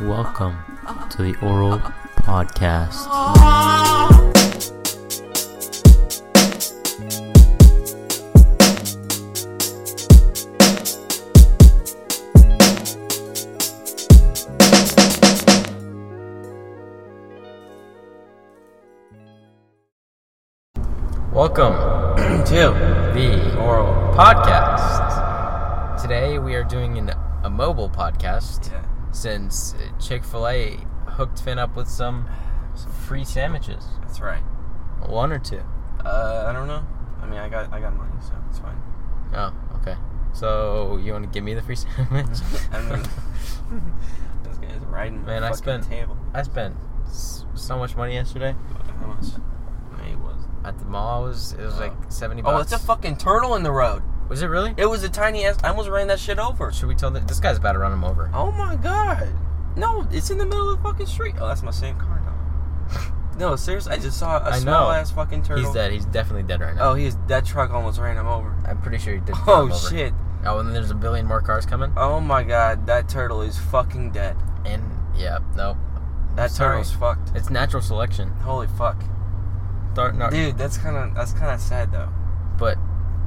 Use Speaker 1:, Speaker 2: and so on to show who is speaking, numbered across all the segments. Speaker 1: Welcome to the Oral Podcast.
Speaker 2: Welcome to the Oral Podcast. Today we are doing an, a mobile podcast
Speaker 3: Yeah.
Speaker 2: since Chick fil A hooked Finn up with some free sandwiches.
Speaker 3: That's right.
Speaker 2: One or two?
Speaker 3: Uh, I don't know. I mean, I got I got money, so it's fine.
Speaker 2: Oh, okay. So you want to give me the free sandwich?
Speaker 3: I mean, this guy's riding.
Speaker 2: Man,
Speaker 3: the
Speaker 2: I
Speaker 3: fucking
Speaker 2: spent-
Speaker 3: table.
Speaker 2: I spent s- so much money yesterday
Speaker 3: How much? It was.
Speaker 2: at the mall. It was, it was like
Speaker 3: Oh.
Speaker 2: 70 bucks.
Speaker 3: Oh, it's a fucking turtle in the road.
Speaker 2: Was it really?
Speaker 3: It was a tiny ass. I almost ran that shit over.
Speaker 2: Should we tell that? This guy's about to run him over.
Speaker 3: Oh my god. No, it's in the middle of the fucking street. Oh, that's my same car now. no, seriously, I just saw a
Speaker 2: I know.
Speaker 3: small ass fucking turtle.
Speaker 2: He's dead. He's definitely dead right now.
Speaker 3: Oh, he is. That truck almost ran him over.
Speaker 2: I'm pretty sure he did. run
Speaker 3: Oh
Speaker 2: him over.
Speaker 3: shit.
Speaker 2: Oh, and then there's a billion more cars coming.
Speaker 3: Oh my god, that turtle is fucking dead.
Speaker 2: And yeah, no,
Speaker 3: That
Speaker 2: Sorry.
Speaker 3: turtle's fucked.
Speaker 2: it's natural selection.
Speaker 3: Holy fuck.
Speaker 2: Dar- nar-
Speaker 3: Dude, that's kind of that's kind of sad though.
Speaker 2: but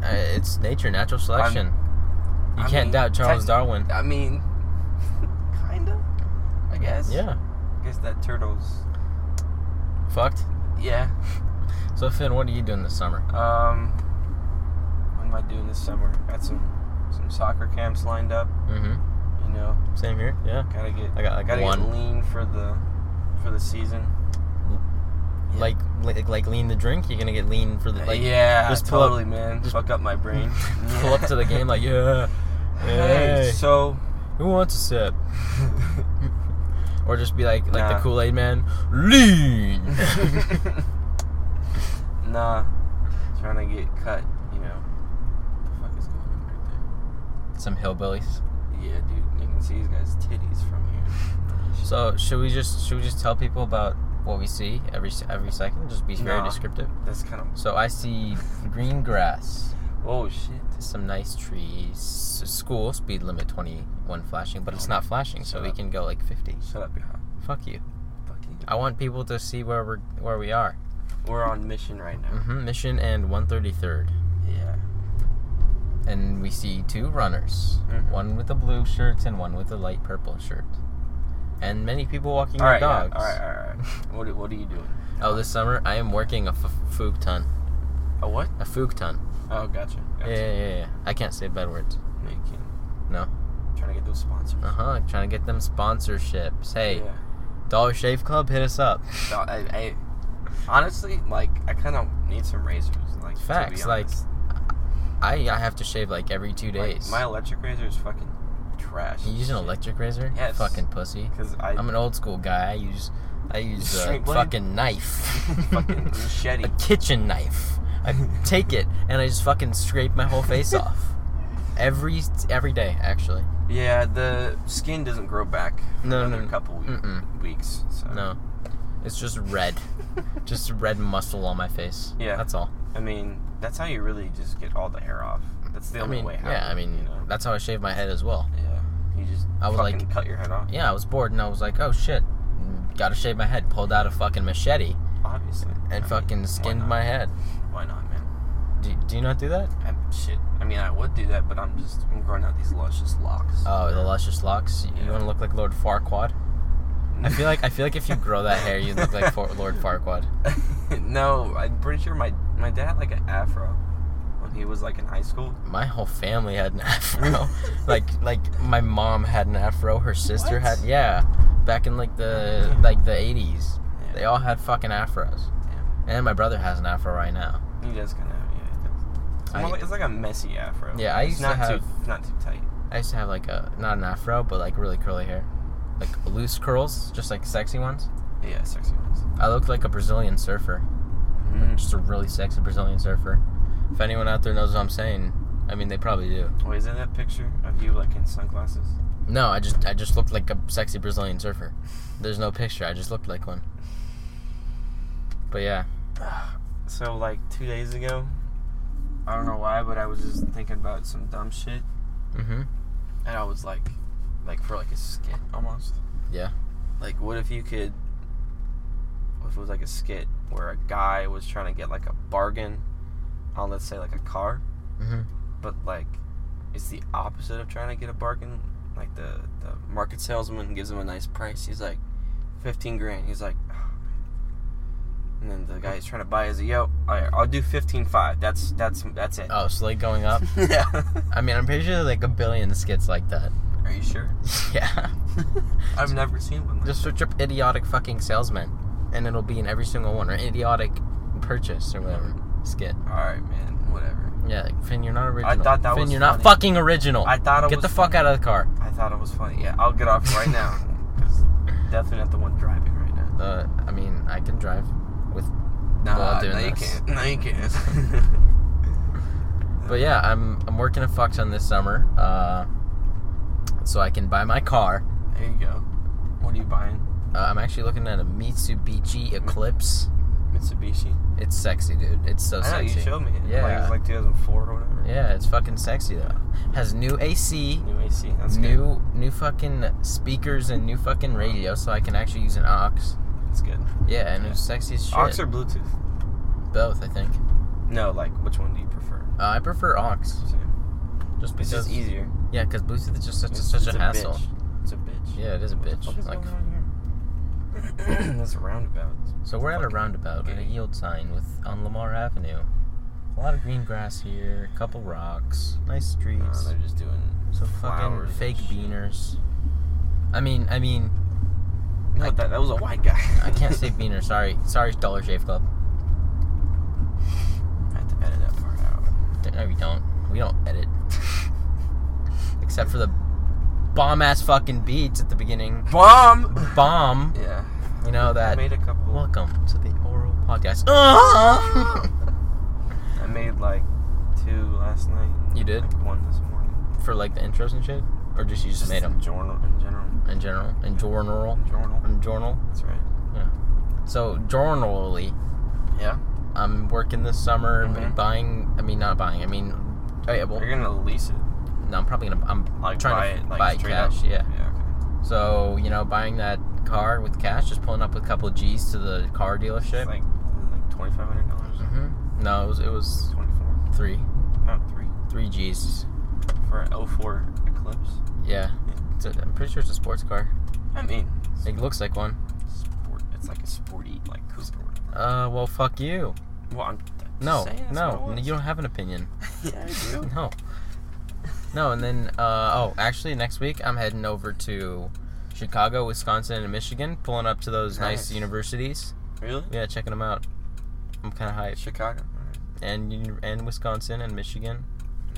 Speaker 2: uh, it's nature, natural selection. you
Speaker 3: I
Speaker 2: can't
Speaker 3: mean,
Speaker 2: doubt Charles
Speaker 3: techni-
Speaker 2: Darwin.
Speaker 3: I mean, kind of, I guess.
Speaker 2: Yeah,
Speaker 3: I guess that turtle's.
Speaker 2: fucked.
Speaker 3: Yeah.
Speaker 2: So Finn, what are you doing this summer?
Speaker 3: Um. What am I doing this summer? Got some some soccer camps lined up.
Speaker 2: Mm-hmm.
Speaker 3: You know,
Speaker 2: Same here. Yeah.
Speaker 3: gotta get
Speaker 2: I got like
Speaker 3: gotta
Speaker 2: one,
Speaker 3: get lean for the for the season. yeah.
Speaker 2: like, like like lean the drink. You're gonna get lean for the like.
Speaker 3: yeah,
Speaker 2: just pull up-
Speaker 3: totally, man.
Speaker 2: just-
Speaker 3: Fuck up my brain.
Speaker 2: Pull up to the game like yeah.
Speaker 3: Hey,
Speaker 2: Hey,
Speaker 3: so.
Speaker 2: who wants a sip? Or just be like like the
Speaker 3: Nah.
Speaker 2: Kool Aid Man, lean.
Speaker 3: nah, trying to get cut. You know. What the fuck is going on right there?
Speaker 2: Some hillbillies.
Speaker 3: Yeah, dude, you can see these guys' titties from here.
Speaker 2: So should we just should we just tell people about what we see every s- every second? Just be very
Speaker 3: Nah.
Speaker 2: descriptive.
Speaker 3: that's kind of
Speaker 2: So I see green grass,
Speaker 3: oh shit.
Speaker 2: some nice trees, s- school speed limit twenty one flashing, but it's not flashing, so we can go like fifty.
Speaker 3: Shut up, yeah.
Speaker 2: Fuck you.
Speaker 3: Fuck you.
Speaker 2: I want people to see where we're where we are.
Speaker 3: We're on mission right now.
Speaker 2: hmm Mission and one thirty third,
Speaker 3: Yeah.
Speaker 2: and we see two runners,
Speaker 3: Mhm.
Speaker 2: one with a blue shirt and one with a light purple shirt, and many people walking
Speaker 3: All right,
Speaker 2: their
Speaker 3: yeah, all
Speaker 2: dogs.
Speaker 3: right, all right, all right. What, are- what are you doing?
Speaker 2: Oh, this summer I am working a f- foog ton.
Speaker 3: A what?
Speaker 2: A foog ton.
Speaker 3: Oh, gotcha.
Speaker 2: Yeah,
Speaker 3: gotcha.
Speaker 2: yeah, yeah, yeah. I can't say bad words.
Speaker 3: No, you can't.
Speaker 2: No.
Speaker 3: Trying to get those sponsors.
Speaker 2: Uh huh. Trying to get them sponsorships. Hey,
Speaker 3: Yeah.
Speaker 2: Dollar Shave Club, hit us up.
Speaker 3: No, I, I, honestly, like, I kind of need some razors. Like, To
Speaker 2: Facts.
Speaker 3: be
Speaker 2: Like,
Speaker 3: honest.
Speaker 2: I I have to shave like every two
Speaker 3: Like,
Speaker 2: days.
Speaker 3: my electric razor is fucking trash.
Speaker 2: you use an electric razor?
Speaker 3: Yes.
Speaker 2: Fucking pussy.
Speaker 3: Because I
Speaker 2: I'm an old school guy. I use I use a
Speaker 3: Straight blade?
Speaker 2: fucking knife.
Speaker 3: fucking machete.
Speaker 2: a kitchen knife. I take it and I just fucking scrape my whole face off. Every every day, actually.
Speaker 3: Yeah, the skin doesn't grow back. for
Speaker 2: No,
Speaker 3: another
Speaker 2: no,
Speaker 3: couple we-
Speaker 2: mm-mm.
Speaker 3: weeks. So.
Speaker 2: No. It's just red. just red muscle on my face.
Speaker 3: Yeah.
Speaker 2: That's all.
Speaker 3: I mean, that's how you really just get all the hair off. That's the
Speaker 2: I
Speaker 3: only
Speaker 2: mean,
Speaker 3: way. How,
Speaker 2: yeah, I mean,
Speaker 3: you know?
Speaker 2: that's how I shaved my head as well.
Speaker 3: yeah. You just
Speaker 2: I was
Speaker 3: fucking
Speaker 2: like-
Speaker 3: cut your head off.
Speaker 2: Yeah, I was bored and I was like, oh shit, gotta shave my head. Pulled out a fucking machete
Speaker 3: Obviously. I
Speaker 2: and
Speaker 3: mean,
Speaker 2: fucking
Speaker 3: why
Speaker 2: skinned
Speaker 3: not?
Speaker 2: my head.
Speaker 3: Why not, man?
Speaker 2: Do, do you not do that?
Speaker 3: i shit. I mean, I would do that, but I'm just I'm growing out these luscious locks.
Speaker 2: Oh, the luscious locks. You
Speaker 3: Yeah.
Speaker 2: want to look like Lord Farquaad? I feel like I feel like if you grow that hair, you look like For- Lord Farquaad.
Speaker 3: no, I'm pretty sure my my dad had, like an afro when he was like in high school.
Speaker 2: My whole family had an afro. like like my mom had an afro. Her sister
Speaker 3: What?
Speaker 2: had yeah. Back in like the like the eighties,
Speaker 3: Yeah.
Speaker 2: they all had fucking afros.
Speaker 3: Damn.
Speaker 2: And my brother has an afro right now.
Speaker 3: He does kind of yeah. He does. It's,
Speaker 2: I-
Speaker 3: more like, it's like a messy afro.
Speaker 2: Yeah, I
Speaker 3: It's
Speaker 2: used to
Speaker 3: not too,
Speaker 2: have-
Speaker 3: it's not too tight.
Speaker 2: I used to have like a not an afro, but like really curly hair, like loose curls, just like sexy ones.
Speaker 3: Yeah, sexy ones.
Speaker 2: I looked like a Brazilian surfer, just a really sexy Brazilian surfer. If anyone out there knows what I'm saying, I mean they probably do.
Speaker 3: Wait, is that that picture of you like in sunglasses?
Speaker 2: No, I just I just looked like a sexy Brazilian surfer. There's no picture. I just looked like one. But yeah,
Speaker 3: So like two days ago, I don't know why, but I was just thinking about some dumb shit,
Speaker 2: mm-hmm.
Speaker 3: and I was like,
Speaker 2: like for like a skit.
Speaker 3: almost.
Speaker 2: Yeah.
Speaker 3: Like, what if you could? What if it was like a skit where a guy was trying to get like a bargain on, let's say, like a car,
Speaker 2: Mm-hmm.
Speaker 3: but like it's the opposite of trying to get a bargain. Like the the market salesman gives him a nice price. He's like, fifteen grand. He's like, "Ah, man." and then the guy he's trying to buy is yo, all right, I'll do fifteen five. That's that's that's it.
Speaker 2: Oh, so like going up.
Speaker 3: yeah.
Speaker 2: I mean, I'm pretty sure there's like a billion skits like that.
Speaker 3: Are you sure?
Speaker 2: yeah.
Speaker 3: I've never seen one. Like
Speaker 2: Just search up idiotic fucking salesman, and it'll be in every single one, or idiotic purchase or whatever skit.
Speaker 3: All right, man. Whatever.
Speaker 2: Yeah, like, Finn, you're not original.
Speaker 3: thought that
Speaker 2: Finn,
Speaker 3: was
Speaker 2: you're not
Speaker 3: funny.
Speaker 2: fucking original.
Speaker 3: I thought it
Speaker 2: Get
Speaker 3: was
Speaker 2: the fuck out of the car.
Speaker 3: I thought it was funny. Yeah, I'll get off right now. 'Cause definitely not the one driving right now.
Speaker 2: Uh, I mean, I can drive with,
Speaker 3: Nah,
Speaker 2: Well, doing
Speaker 3: no, you
Speaker 2: this.
Speaker 3: can't. No, you can't.
Speaker 2: but yeah, I'm I'm working a fuck ton this summer, uh, so I can buy my car.
Speaker 3: there you go. What are you buying?
Speaker 2: Uh, I'm actually looking at a Mitsubishi Eclipse.
Speaker 3: Mitsubishi.
Speaker 2: It's sexy, dude. It's so
Speaker 3: I know
Speaker 2: sexy.
Speaker 3: you showed me. It.
Speaker 2: Yeah.
Speaker 3: like, it was like 2004 or whatever.
Speaker 2: Yeah, it's fucking sexy though. Has new AC,
Speaker 3: New AC. That's
Speaker 2: new new fucking speakers, and new fucking radio, so I can actually use an aux.
Speaker 3: good. That's good.
Speaker 2: Yeah, and it's sexy as shit.
Speaker 3: Aux or Bluetooth?
Speaker 2: both, I think.
Speaker 3: No, like which one do you prefer?
Speaker 2: Uh, I prefer aux,
Speaker 3: Same.
Speaker 2: just
Speaker 3: It's
Speaker 2: because.
Speaker 3: just easier.
Speaker 2: Yeah, because Bluetooth is just such, a
Speaker 3: It's-
Speaker 2: such
Speaker 3: it's
Speaker 2: a hassle.
Speaker 3: Bitch. It's a bitch.
Speaker 2: Yeah, it is a
Speaker 3: What the
Speaker 2: bitch.
Speaker 3: fuck is
Speaker 2: Like-
Speaker 3: going on here? That's a roundabout.
Speaker 2: So we're at a
Speaker 3: Fucking
Speaker 2: roundabout at a
Speaker 3: gay.
Speaker 2: yield sign with on Lamar Avenue. A lot of green grass here, a couple rocks, nice
Speaker 3: No,
Speaker 2: streets.
Speaker 3: they're just doing
Speaker 2: so fucking
Speaker 3: flowers and
Speaker 2: fake
Speaker 3: shit.
Speaker 2: beaners. I mean, I mean,
Speaker 3: No,
Speaker 2: I-
Speaker 3: that, that was a white guy.
Speaker 2: I can't say beaner. Sorry, sorry, Dollar Shave Club.
Speaker 3: I have to edit that part out.
Speaker 2: D- No, we don't. We don't edit. Except for the bomb ass fucking beats at the beginning.
Speaker 3: Bomb.
Speaker 2: Bomb.
Speaker 3: Yeah.
Speaker 2: You know
Speaker 3: I
Speaker 2: that.
Speaker 3: made a couple.
Speaker 2: Welcome to the oral podcast.
Speaker 3: I made like two last night.
Speaker 2: You did?
Speaker 3: Like one this morning.
Speaker 2: for like the intros and shit, or just you just, made
Speaker 3: in
Speaker 2: them
Speaker 3: Journal in general.
Speaker 2: in general, in journal,
Speaker 3: Journal.
Speaker 2: in journal.
Speaker 3: That's right.
Speaker 2: So journally,
Speaker 3: Yeah.
Speaker 2: I'm working this summer,
Speaker 3: Mhm.
Speaker 2: buying. I mean, not buying. I mean, oh yeah, well,
Speaker 3: You're gonna lease it.
Speaker 2: no, I'm probably gonna. I'm
Speaker 3: Like buy
Speaker 2: trying
Speaker 3: it.
Speaker 2: to
Speaker 3: Like
Speaker 2: buy
Speaker 3: straight
Speaker 2: cash.
Speaker 3: Up.
Speaker 2: Yeah.
Speaker 3: Okay.
Speaker 2: So you know, buying that car with cash, just pulling up with a couple G's to the car
Speaker 3: It's
Speaker 2: dealership.
Speaker 3: like like twenty five hundred dollars.
Speaker 2: hmm No, it was, it was
Speaker 3: Twenty four.
Speaker 2: three,
Speaker 3: Not three.
Speaker 2: three G's.
Speaker 3: For an 04 Eclipse.
Speaker 2: Yeah. It's a, I'm pretty sure it's a sports car.
Speaker 3: I mean,
Speaker 2: It looks like one.
Speaker 3: sport. It's like a sporty like Cooper. or whatever.
Speaker 2: Uh, well, fuck you.
Speaker 3: Well, I'm just
Speaker 2: No,
Speaker 3: saying, that's
Speaker 2: no,
Speaker 3: what it
Speaker 2: you don't have an opinion.
Speaker 3: was. yeah, I do.
Speaker 2: No. No, and then uh, oh, actually next week I'm heading over to Chicago, Wisconsin, and Michigan, pulling up to those nice,
Speaker 3: Nice.
Speaker 2: universities.
Speaker 3: Really?
Speaker 2: Yeah, checking them out. I'm kind of hyped.
Speaker 3: Chicago.
Speaker 2: And uni- and Wisconsin and Michigan,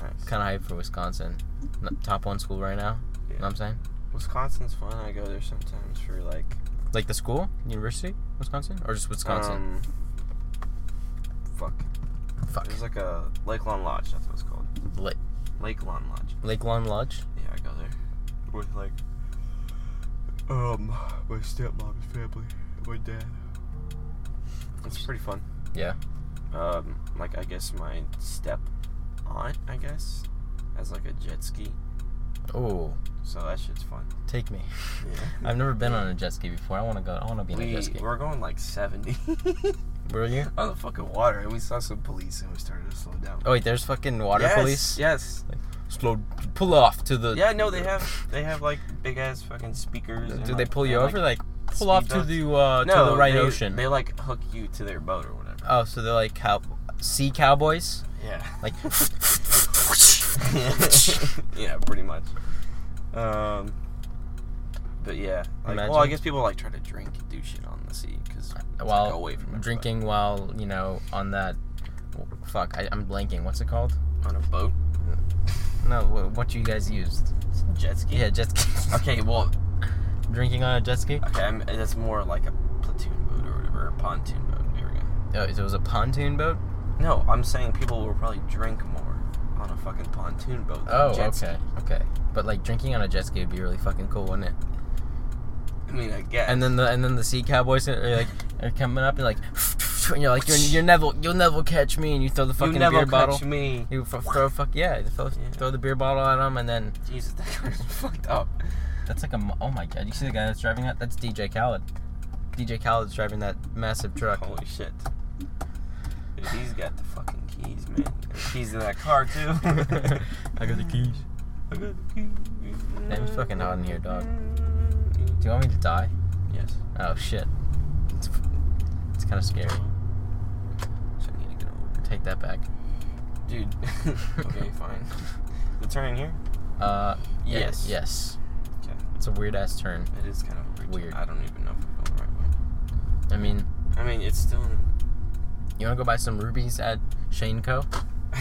Speaker 3: Alright, Nice.
Speaker 2: kind of hyped for Wisconsin. N- Top one school right now. You know what I'm saying?
Speaker 3: Wisconsin's fun. I go there sometimes for like
Speaker 2: Like the school, university, Wisconsin, or just Wisconsin?
Speaker 3: Um, fuck.
Speaker 2: Fuck.
Speaker 3: Um, There's like a Lake Lawn Lodge. That's what it's called.
Speaker 2: Lake
Speaker 3: Lake Lawn Lodge.
Speaker 2: Lake Lawn Lodge.
Speaker 3: Yeah, I go there with like um my stepmom's family, my dad. It's pretty fun.
Speaker 2: Yeah.
Speaker 3: Um, like I guess my step aunt, I guess, has like a jet ski,
Speaker 2: Oh,
Speaker 3: so that shit's fun.
Speaker 2: take me.
Speaker 3: Yeah.
Speaker 2: I've never been on a jet ski before. I want to go. I want to be in a
Speaker 3: We,
Speaker 2: jet ski.
Speaker 3: we're going like 70
Speaker 2: Were you?
Speaker 3: on the fucking water, and we saw some police, and we started to slow down.
Speaker 2: Oh wait, there's fucking water
Speaker 3: yes,
Speaker 2: police.
Speaker 3: Yes.
Speaker 2: slow pull off to the
Speaker 3: Yeah, no, they have they have like big ass fucking speakers. and,
Speaker 2: do they
Speaker 3: like-
Speaker 2: pull you
Speaker 3: and,
Speaker 2: over like, pull off to
Speaker 3: speedboats.
Speaker 2: the uh to the right
Speaker 3: they,
Speaker 2: ocean
Speaker 3: They like hook you to their boat or whatever.
Speaker 2: oh so they're like cow sea cowboys
Speaker 3: Yeah.
Speaker 2: like
Speaker 3: yeah, pretty much. Um. But yeah, like, well, I
Speaker 2: Imagine.
Speaker 3: guess people like try to drink and do shit on the sea because
Speaker 2: while
Speaker 3: away from everybody.
Speaker 2: drinking while you know on that fuck I, i'm blanking what's it called
Speaker 3: on a boat,
Speaker 2: no what, what you guys used
Speaker 3: jet ski.
Speaker 2: yeah jet ski
Speaker 3: Okay, well,
Speaker 2: drinking on a jet ski
Speaker 3: okay, I'm, that's more like a platoon boat or whatever, or pontoon boat. There we go.
Speaker 2: oh, so it was a pontoon boat
Speaker 3: No, I'm saying people will probably drink more on a fucking pontoon boat. than
Speaker 2: oh
Speaker 3: a jet
Speaker 2: okay
Speaker 3: Ski.
Speaker 2: okay but like drinking on a jet ski would be really fucking cool wouldn't it
Speaker 3: I mean, I guess.
Speaker 2: and then the and then the sea cowboys are like are coming up and like and you're like you're, you're Neville you'll Neville catch me and you throw the fucking
Speaker 3: you never
Speaker 2: beer
Speaker 3: catch
Speaker 2: bottle
Speaker 3: me.
Speaker 2: you f- throw fuck yeah, you throw,
Speaker 3: Yeah.
Speaker 2: throw the beer bottle at them and then
Speaker 3: Jesus, that car's fucked up.
Speaker 2: That's like a. mo- Oh my god! You see the guy that's driving that? That's DJ Khaled. DJ Khaled's driving that massive truck.
Speaker 3: Holy shit. Dude, he's got the fucking keys, man. There's keys in that car, too.
Speaker 2: I got the keys.
Speaker 3: I got the keys.
Speaker 2: Name's fucking out in here, dog. Do you want me to die?
Speaker 3: Yes.
Speaker 2: Oh shit. It's, it's kind of scary.
Speaker 3: So I need to get over.
Speaker 2: Take that back.
Speaker 3: Dude. okay, fine. The turn in here?
Speaker 2: Uh, yeah,
Speaker 3: Yes.
Speaker 2: Yes.
Speaker 3: Okay.
Speaker 2: It's a weird ass turn.
Speaker 3: It is kind of a weird. turn.
Speaker 2: Weird.
Speaker 3: I don't even know if I'm going the right
Speaker 2: I
Speaker 3: way.
Speaker 2: mean,
Speaker 3: I mean, it's still in.
Speaker 2: you want to go buy some rubies at Shane Co?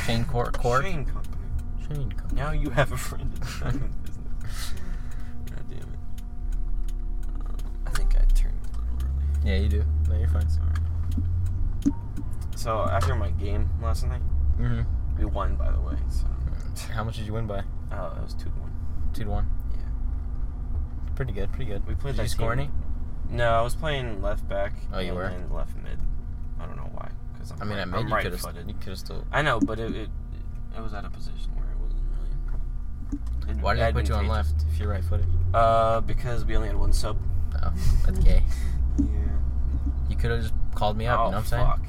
Speaker 2: Shane Cor- Corp?
Speaker 3: Shane Company.
Speaker 2: Shane Co.
Speaker 3: Now you have a friend in the diamond business. God damn it. Um, I think I turned a little early.
Speaker 2: Yeah, you do. No, you're fine.
Speaker 3: Sorry. So after my game last night,
Speaker 2: hmm
Speaker 3: we won by the way. So
Speaker 2: How much did you win by?
Speaker 3: oh, it was two to one.
Speaker 2: Two to one.
Speaker 3: Yeah.
Speaker 2: Pretty good. Pretty good.
Speaker 3: We played
Speaker 2: Did
Speaker 3: that
Speaker 2: you score
Speaker 3: team-
Speaker 2: any?
Speaker 3: No, I was playing left back.
Speaker 2: Oh, you
Speaker 3: and
Speaker 2: were?
Speaker 3: then left mid. I don't know why, because I'm.
Speaker 2: I mean,
Speaker 3: right,
Speaker 2: I made
Speaker 3: am
Speaker 2: you
Speaker 3: right
Speaker 2: could have.
Speaker 3: footed.
Speaker 2: You could have still.
Speaker 3: I know, but it, it it was at a position where it wasn't really. it-
Speaker 2: Why did I put you on
Speaker 3: advantageous.
Speaker 2: left if you're right-footed?
Speaker 3: Uh, because we only had one sub.
Speaker 2: Oh,
Speaker 3: Hmm.
Speaker 2: that's gay.
Speaker 3: Yeah.
Speaker 2: You could have just called me up.
Speaker 3: oh
Speaker 2: you know what I'm saying?
Speaker 3: fuck.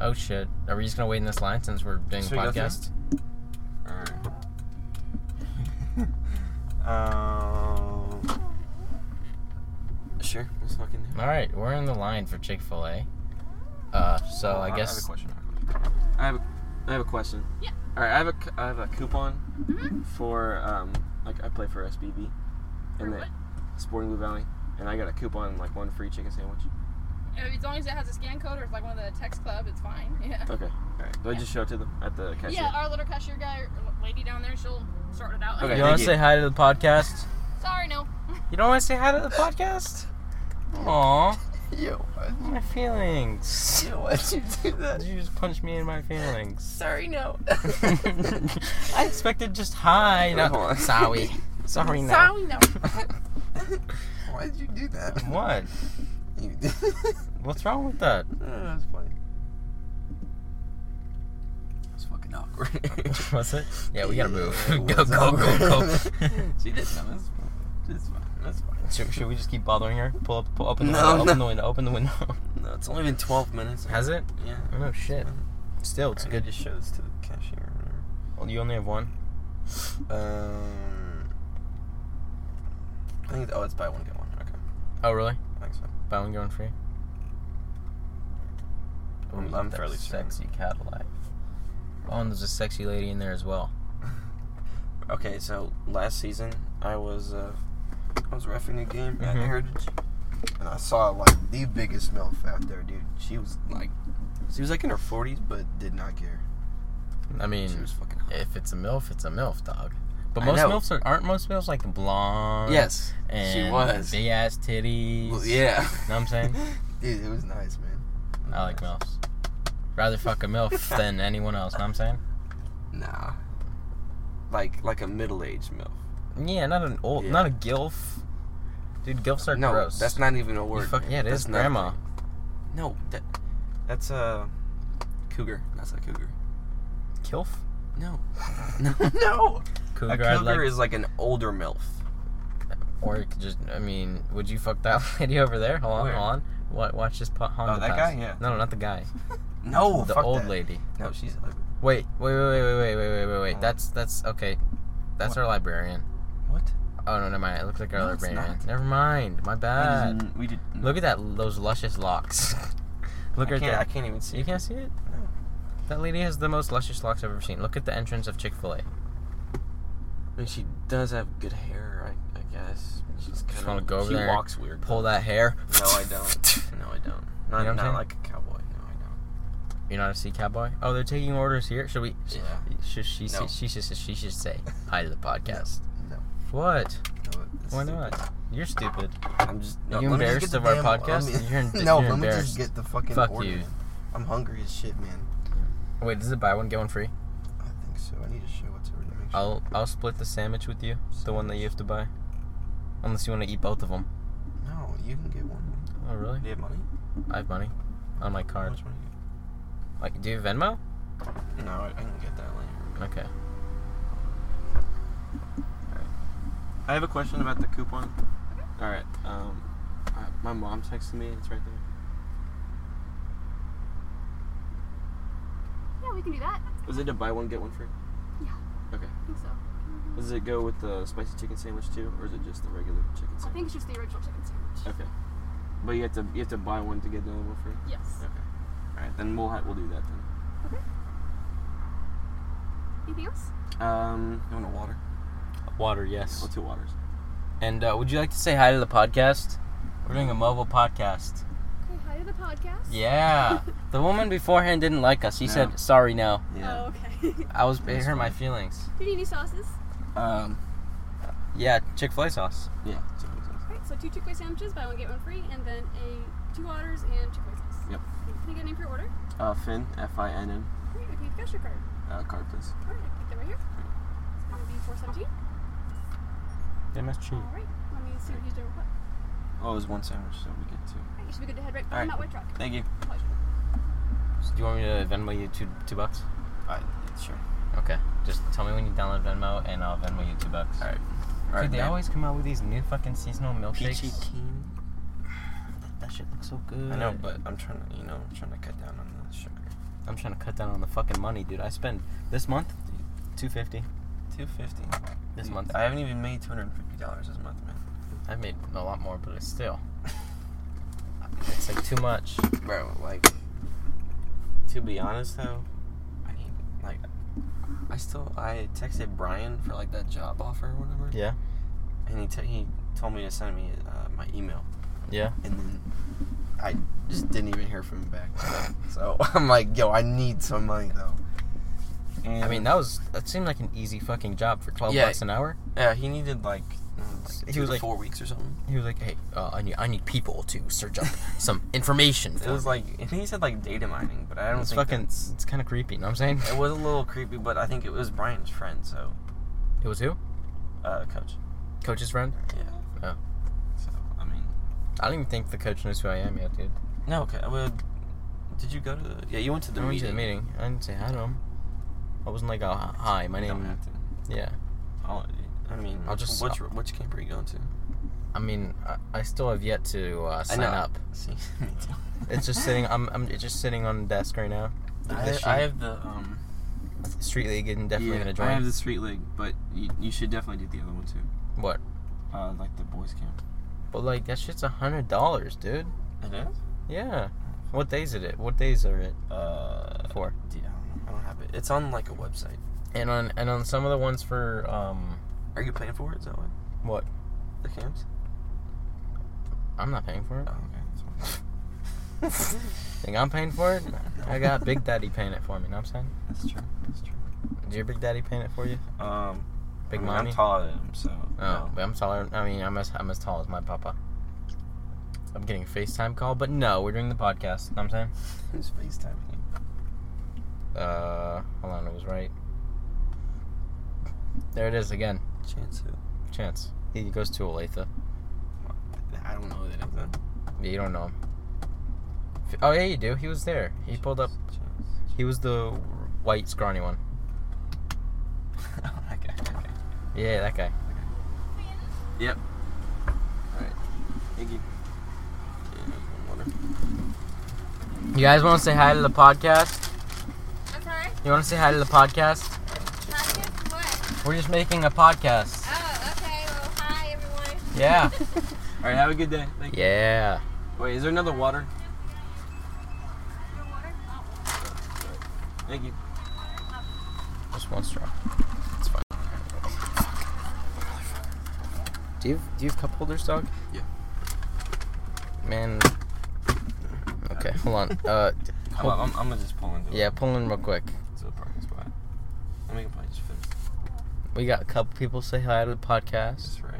Speaker 2: Oh shit. Are we just gonna wait in this line since we're doing
Speaker 3: Should
Speaker 2: a
Speaker 3: we go through?
Speaker 2: podcast?
Speaker 3: Alright. um. Sure. Let's fucking.
Speaker 2: All right, we're in the line for Chick Fil A. Uh, so I
Speaker 3: Oh, I have a
Speaker 2: guess
Speaker 3: question. I have a, I have a question.
Speaker 4: Yeah.
Speaker 3: All right. I have a, c- I have a coupon
Speaker 4: Mhm.
Speaker 3: for um like I play for SBB,
Speaker 4: For
Speaker 3: and the
Speaker 4: what?
Speaker 3: Sporting Blue Valley, and I got a coupon like one free chicken sandwich.
Speaker 4: As long as it has a scan code or it's like one of the text club, it's fine. Yeah.
Speaker 3: Okay. All right. Do I
Speaker 4: Yeah.
Speaker 3: just show it to them at the cashier?
Speaker 4: Yeah, our little cashier guy or lady down there, she'll sort it out.
Speaker 3: Okay.
Speaker 2: you want
Speaker 3: thank
Speaker 2: to
Speaker 3: you.
Speaker 2: say hi to the podcast.
Speaker 4: Sorry, no.
Speaker 2: You don't want to say hi to the podcast? Aw,
Speaker 3: Yo.
Speaker 2: my feelings.
Speaker 3: Why'd you do that?
Speaker 2: You just punched me in my feelings.
Speaker 3: Sorry, no.
Speaker 2: I expected just hi.
Speaker 3: Hold
Speaker 2: No,
Speaker 3: on.
Speaker 2: sorry. Sorry, no.
Speaker 4: Sorry, no.
Speaker 3: Why'd you do that?
Speaker 2: What?
Speaker 3: You did.
Speaker 2: What's wrong with that?
Speaker 3: That's funny. That's fucking awkward.
Speaker 2: Was it? Yeah, we gotta move. go,
Speaker 3: What's
Speaker 2: go,
Speaker 3: up?
Speaker 2: go, go.
Speaker 3: she did some. That's fine. That's fine. That's fine.
Speaker 2: should, should we just keep bothering her? Pull up, pull, open the
Speaker 3: No,
Speaker 2: window,
Speaker 3: no.
Speaker 2: open the window, open the window.
Speaker 3: No, it's only been 12 minutes.
Speaker 2: Has it?
Speaker 3: Yeah.
Speaker 2: Oh, no shit. Still, it's
Speaker 3: I
Speaker 2: good.
Speaker 3: need to show this to the cashier or
Speaker 2: Well, You only have one.
Speaker 3: whatever. Um. I think. Oh, it's buy one get one. Okay.
Speaker 2: Oh, really?
Speaker 3: I think so.
Speaker 2: Buy one, get one free.
Speaker 3: I'm-
Speaker 2: Ooh,
Speaker 3: I'm
Speaker 2: that
Speaker 3: fairly certain.
Speaker 2: sexy Cadillac. Oh, and there's a sexy lady in there as well.
Speaker 3: Okay, so last season I was uh, I was refing a game at
Speaker 2: Mhm.
Speaker 3: Heritage, and I saw like the biggest milf out there, dude. She was like, she was like in her 40s, but did not care.
Speaker 2: I mean,
Speaker 3: She was fucking hot.
Speaker 2: if it's a milf, it's a milf, dog. But
Speaker 3: I
Speaker 2: most
Speaker 3: know.
Speaker 2: milfs are, aren't most milfs like blonde.
Speaker 3: Yes,
Speaker 2: and
Speaker 3: she was.
Speaker 2: Big ass titties.
Speaker 3: Well, yeah.
Speaker 2: Know what I'm saying?
Speaker 3: Dude, it was nice, man.
Speaker 2: I like milfs. Rather fuck a milf than anyone else. Know what I'm saying?
Speaker 3: Nah. Like like a middle aged milf.
Speaker 2: Yeah, not an old,
Speaker 3: Yeah.
Speaker 2: not a gilf. Dude, gilfs are
Speaker 3: no,
Speaker 2: gross.
Speaker 3: that's not even a
Speaker 2: You
Speaker 3: word.
Speaker 2: fuck-
Speaker 3: man.
Speaker 2: yeah, it
Speaker 3: That's
Speaker 2: is
Speaker 3: not a
Speaker 2: grandma.
Speaker 3: thing. No, that that's a cougar. That's a cougar.
Speaker 2: Kilf.
Speaker 3: No, no, no.
Speaker 2: Cougar,
Speaker 3: a
Speaker 2: I'd
Speaker 3: cougar
Speaker 2: like
Speaker 3: is like an older milf.
Speaker 2: Or it could just, I mean, would you fuck that lady over there? Hold on,
Speaker 3: Where? Oh,
Speaker 2: hold on. What, watch this po- Honda
Speaker 3: that
Speaker 2: pass.
Speaker 3: guy? Yeah.
Speaker 2: No, no, not the guy.
Speaker 3: No,
Speaker 2: the
Speaker 3: fuck
Speaker 2: old
Speaker 3: that.
Speaker 2: lady.
Speaker 3: No, she's ugly.
Speaker 2: Wait, wait, wait, wait, wait, wait, wait, wait, wait, wait.
Speaker 3: Oh.
Speaker 2: That's that's okay. That's our librarian.
Speaker 3: what?
Speaker 2: Oh no, never mind. It looks like our
Speaker 3: No, it's
Speaker 2: librarian.
Speaker 3: not.
Speaker 2: Never mind. My bad.
Speaker 3: That is- we did.
Speaker 2: Uh, Look at that. Those luscious locks. Look
Speaker 3: I
Speaker 2: right
Speaker 3: can't,
Speaker 2: there.
Speaker 3: I can't even see.
Speaker 2: You can't see it.
Speaker 3: No.
Speaker 2: That lady has the most luscious locks I've ever seen. Look at the entrance of Chick Fil A.
Speaker 3: I mean, she does have good hair. I, I guess. She's kind
Speaker 2: wanna
Speaker 3: of.
Speaker 2: go over
Speaker 3: she
Speaker 2: there,
Speaker 3: walks weird.
Speaker 2: Pull that hair.
Speaker 3: No, I don't. No, I don't.
Speaker 2: You know what
Speaker 3: Not,
Speaker 2: I'm saying?
Speaker 3: not like a cowboy. No, I don't.
Speaker 2: You're not a sea cowboy. Oh, they're taking orders here. Should we? sh-
Speaker 3: Yeah.
Speaker 2: Should she?
Speaker 3: No.
Speaker 2: She should. She should say hi to the podcast.
Speaker 3: No.
Speaker 2: What?
Speaker 3: No, it's
Speaker 2: Why
Speaker 3: stupid.
Speaker 2: not? You're stupid.
Speaker 3: I'm just.
Speaker 2: Are you
Speaker 3: let me
Speaker 2: embarrassed
Speaker 3: just get the
Speaker 2: of our
Speaker 3: damn-
Speaker 2: podcast?
Speaker 3: let me-
Speaker 2: You're in-
Speaker 3: no,
Speaker 2: you're
Speaker 3: let me
Speaker 2: embarrassed.
Speaker 3: just get the fucking.
Speaker 2: Fuck
Speaker 3: order
Speaker 2: you.
Speaker 3: in. I'm hungry as shit, man.
Speaker 2: Wait, does it buy one get one free?
Speaker 3: I think so. I need to show it to her to make sure.
Speaker 2: I'll I'll split the sandwich with you, the one that you have to buy. Unless you want to eat both of them.
Speaker 3: No, you can get one.
Speaker 2: Oh really?
Speaker 3: Do you have money?
Speaker 2: I have money on my
Speaker 3: How
Speaker 2: card.
Speaker 3: much money? you
Speaker 2: Like, do you have Venmo?
Speaker 3: got? No, I, I can get that later.
Speaker 2: Okay.
Speaker 3: I I have a question about the coupon. All right. Um, I, my mom texted me. It's right there.
Speaker 4: Yeah, we can do that.
Speaker 3: Is it to buy one get one free?
Speaker 4: Yeah.
Speaker 3: Okay.
Speaker 4: I think so.
Speaker 3: Does it go with the spicy chicken sandwich too, or is it just the regular chicken
Speaker 4: I
Speaker 3: sandwich?
Speaker 4: think it's just the original chicken sandwich.
Speaker 3: Okay. But you have to you have to buy one to get the other one free.
Speaker 4: Yes.
Speaker 3: Okay. All right. Then we'll ha- we'll do that then.
Speaker 4: Anything else?
Speaker 3: Um, you want a water?
Speaker 2: Water, yes.
Speaker 3: Well, two waters.
Speaker 2: And uh, would you like to say hi to the podcast? We're doing a mobile podcast.
Speaker 4: Okay, hi to the podcast.
Speaker 2: Yeah. the woman beforehand didn't like us. She
Speaker 3: No.
Speaker 2: said, sorry, no.
Speaker 4: Oh, okay.
Speaker 2: I was, it
Speaker 3: That's
Speaker 2: hurt my
Speaker 3: fine.
Speaker 2: feelings.
Speaker 4: Do you need any sauces?
Speaker 3: Um.
Speaker 2: Yeah, Chick fil A sauce.
Speaker 3: Yeah. chicken sandwich.
Speaker 4: Alright, so two Chick-fil-A sandwiches, buy one get one free, and then a two waters and Chick-fil-A sauce.
Speaker 3: Yep.
Speaker 4: Can I get a name for your order?
Speaker 3: Uh, Finn F I N N.
Speaker 4: Great, okay, you've got your card.
Speaker 3: Uh, card please.
Speaker 4: Alright, I that right here. It's gonna be four seventeen.
Speaker 2: MSG.
Speaker 4: Alright, let me see what he's doing. What?
Speaker 3: Oh, it was one sandwich, so we get two.
Speaker 4: Alright, you should be good to head right
Speaker 3: Alright.
Speaker 4: from that white truck.
Speaker 3: Thank you.
Speaker 4: Pleasure.
Speaker 2: So do you want me to Venmo you two, two bucks?
Speaker 3: All right. Sure.
Speaker 2: Okay. Just tell me when you download Venmo and I'll Venmo you two bucks.
Speaker 3: All right.
Speaker 2: Dude,
Speaker 3: All right.
Speaker 2: they
Speaker 3: babe.
Speaker 2: always come out with these new fucking seasonal milkshakes.
Speaker 3: peachy keen. That, that shit looks so good. I know, but I'm trying to, you know, I'm trying to cut down on the sugar.
Speaker 2: I'm trying to cut down on the fucking money, dude. I spend this month, two fifty.
Speaker 3: Two fifty
Speaker 2: This month,
Speaker 3: I
Speaker 2: I,
Speaker 3: haven't even made two hundred and fifty dollars this month, man.
Speaker 2: I made a lot more, but it's still, it's like too much.
Speaker 3: Bro, like, to be honest though, I need like, I still I texted Brian for like that job offer or whatever.
Speaker 2: Yeah.
Speaker 3: And he te- he told me to send me uh, my email,
Speaker 2: Yeah.
Speaker 3: and then I just didn't even hear from him back. so I'm like, yo, I need some money though.
Speaker 2: I mean, that was that seemed like an easy fucking job for twelve
Speaker 3: Yeah.
Speaker 2: bucks an hour.
Speaker 3: Yeah, he needed like
Speaker 2: He was like-
Speaker 3: four weeks or something.
Speaker 2: He was like, "Hey, uh, I need I need people to search up some information."
Speaker 3: It
Speaker 2: For
Speaker 3: was
Speaker 2: me."
Speaker 3: like I think he said like data mining, but I don't
Speaker 2: it's
Speaker 3: think
Speaker 2: fucking it's, kind of creepy. You know what I'm saying?
Speaker 3: that- it was a little creepy, but I think it was Brian's friend, so
Speaker 2: It was who?
Speaker 3: uh, coach.
Speaker 2: Coach's friend.
Speaker 3: Yeah.
Speaker 2: Oh.
Speaker 3: So I mean,
Speaker 2: I don't even think the coach knows who I am yet, dude.
Speaker 3: no. Okay. uh, Well, did you go to? The, yeah, you went to the
Speaker 2: I went
Speaker 3: meeting.
Speaker 2: to the meeting. I didn't say hi to him. I wasn't like, "Oh, hi, my
Speaker 3: You don't
Speaker 2: name."
Speaker 3: have to.
Speaker 2: Yeah.
Speaker 3: I'll, I mean,
Speaker 2: I'll just-
Speaker 3: which which camp are you going to?
Speaker 2: I mean, I, I still have yet to uh, sign
Speaker 3: know.
Speaker 2: up.
Speaker 3: See, me too.
Speaker 2: It's just sitting. I'm, I'm it's just sitting on the desk right now.
Speaker 3: I,
Speaker 2: This
Speaker 3: I
Speaker 2: shit.
Speaker 3: have the um.
Speaker 2: Street League and definitely
Speaker 3: yeah,
Speaker 2: gonna
Speaker 3: I have
Speaker 2: join.
Speaker 3: the street league, but you, you should definitely do the other one too.
Speaker 2: What?
Speaker 3: Uh, like the boys camp.
Speaker 2: But like that shit's a hundred dollars, dude.
Speaker 3: It is.
Speaker 2: Yeah. What days is it? What days are it
Speaker 3: Uh,
Speaker 2: for?
Speaker 3: Yeah, I don't have it. It's on like a website.
Speaker 2: And on and on some of the ones for um
Speaker 3: Are you paying for it? Is that what?
Speaker 2: what?
Speaker 3: The camps?
Speaker 2: I'm not paying for it.
Speaker 3: Oh, okay. That's, fine.
Speaker 2: Think I'm paying for it? I got Big Daddy paying it for me. You know what I'm saying?
Speaker 3: That's true. That's true.
Speaker 2: Did your Big Daddy paying it for you?
Speaker 3: Um,
Speaker 2: Big
Speaker 3: I mean,
Speaker 2: mommy.
Speaker 3: I'm taller than him, so.
Speaker 2: Oh, but I'm taller. I mean, I'm as I'm as tall as my papa. I'm getting a FaceTime call, but no, we're doing the podcast. You know what I'm saying.
Speaker 3: Who's FaceTiming?
Speaker 2: Uh, hold on, it was right. There it is again.
Speaker 3: Chance who?
Speaker 2: Chance. He goes to Olathe.
Speaker 3: I don't know who that is. Then.
Speaker 2: Yeah, you don't know him. F- Oh yeah, you do. He was there. He pulled up.
Speaker 3: Chance.
Speaker 2: He was the white scrawny one.
Speaker 3: okay. Oh Okay.
Speaker 2: Yeah, that guy.
Speaker 3: Yep. All right. Thank you. Yeah, one water.
Speaker 2: You guys want to say hi to the podcast?
Speaker 4: I'm sorry.
Speaker 2: You want to say hi to the podcast?
Speaker 4: Podcast? What?
Speaker 2: We're just making a podcast.
Speaker 4: Oh, okay. Well, hi everyone.
Speaker 2: Yeah.
Speaker 3: All right. Have a good day. Thank
Speaker 2: Yeah.
Speaker 3: you. Wait, is there another water?
Speaker 4: Your water? Oh.
Speaker 3: Thank you.
Speaker 2: Just one straw. It's fine. Do you have, do you have cup holders, dog?
Speaker 3: Yeah.
Speaker 2: Man. Okay, hold on. Uh,
Speaker 3: I'm, I'm, I'm gonna just pull into it.
Speaker 2: yeah, pull in real quick.
Speaker 3: To the parking spot. And we can probably just fit
Speaker 2: We got a couple people say hi to the podcast.
Speaker 3: That's right.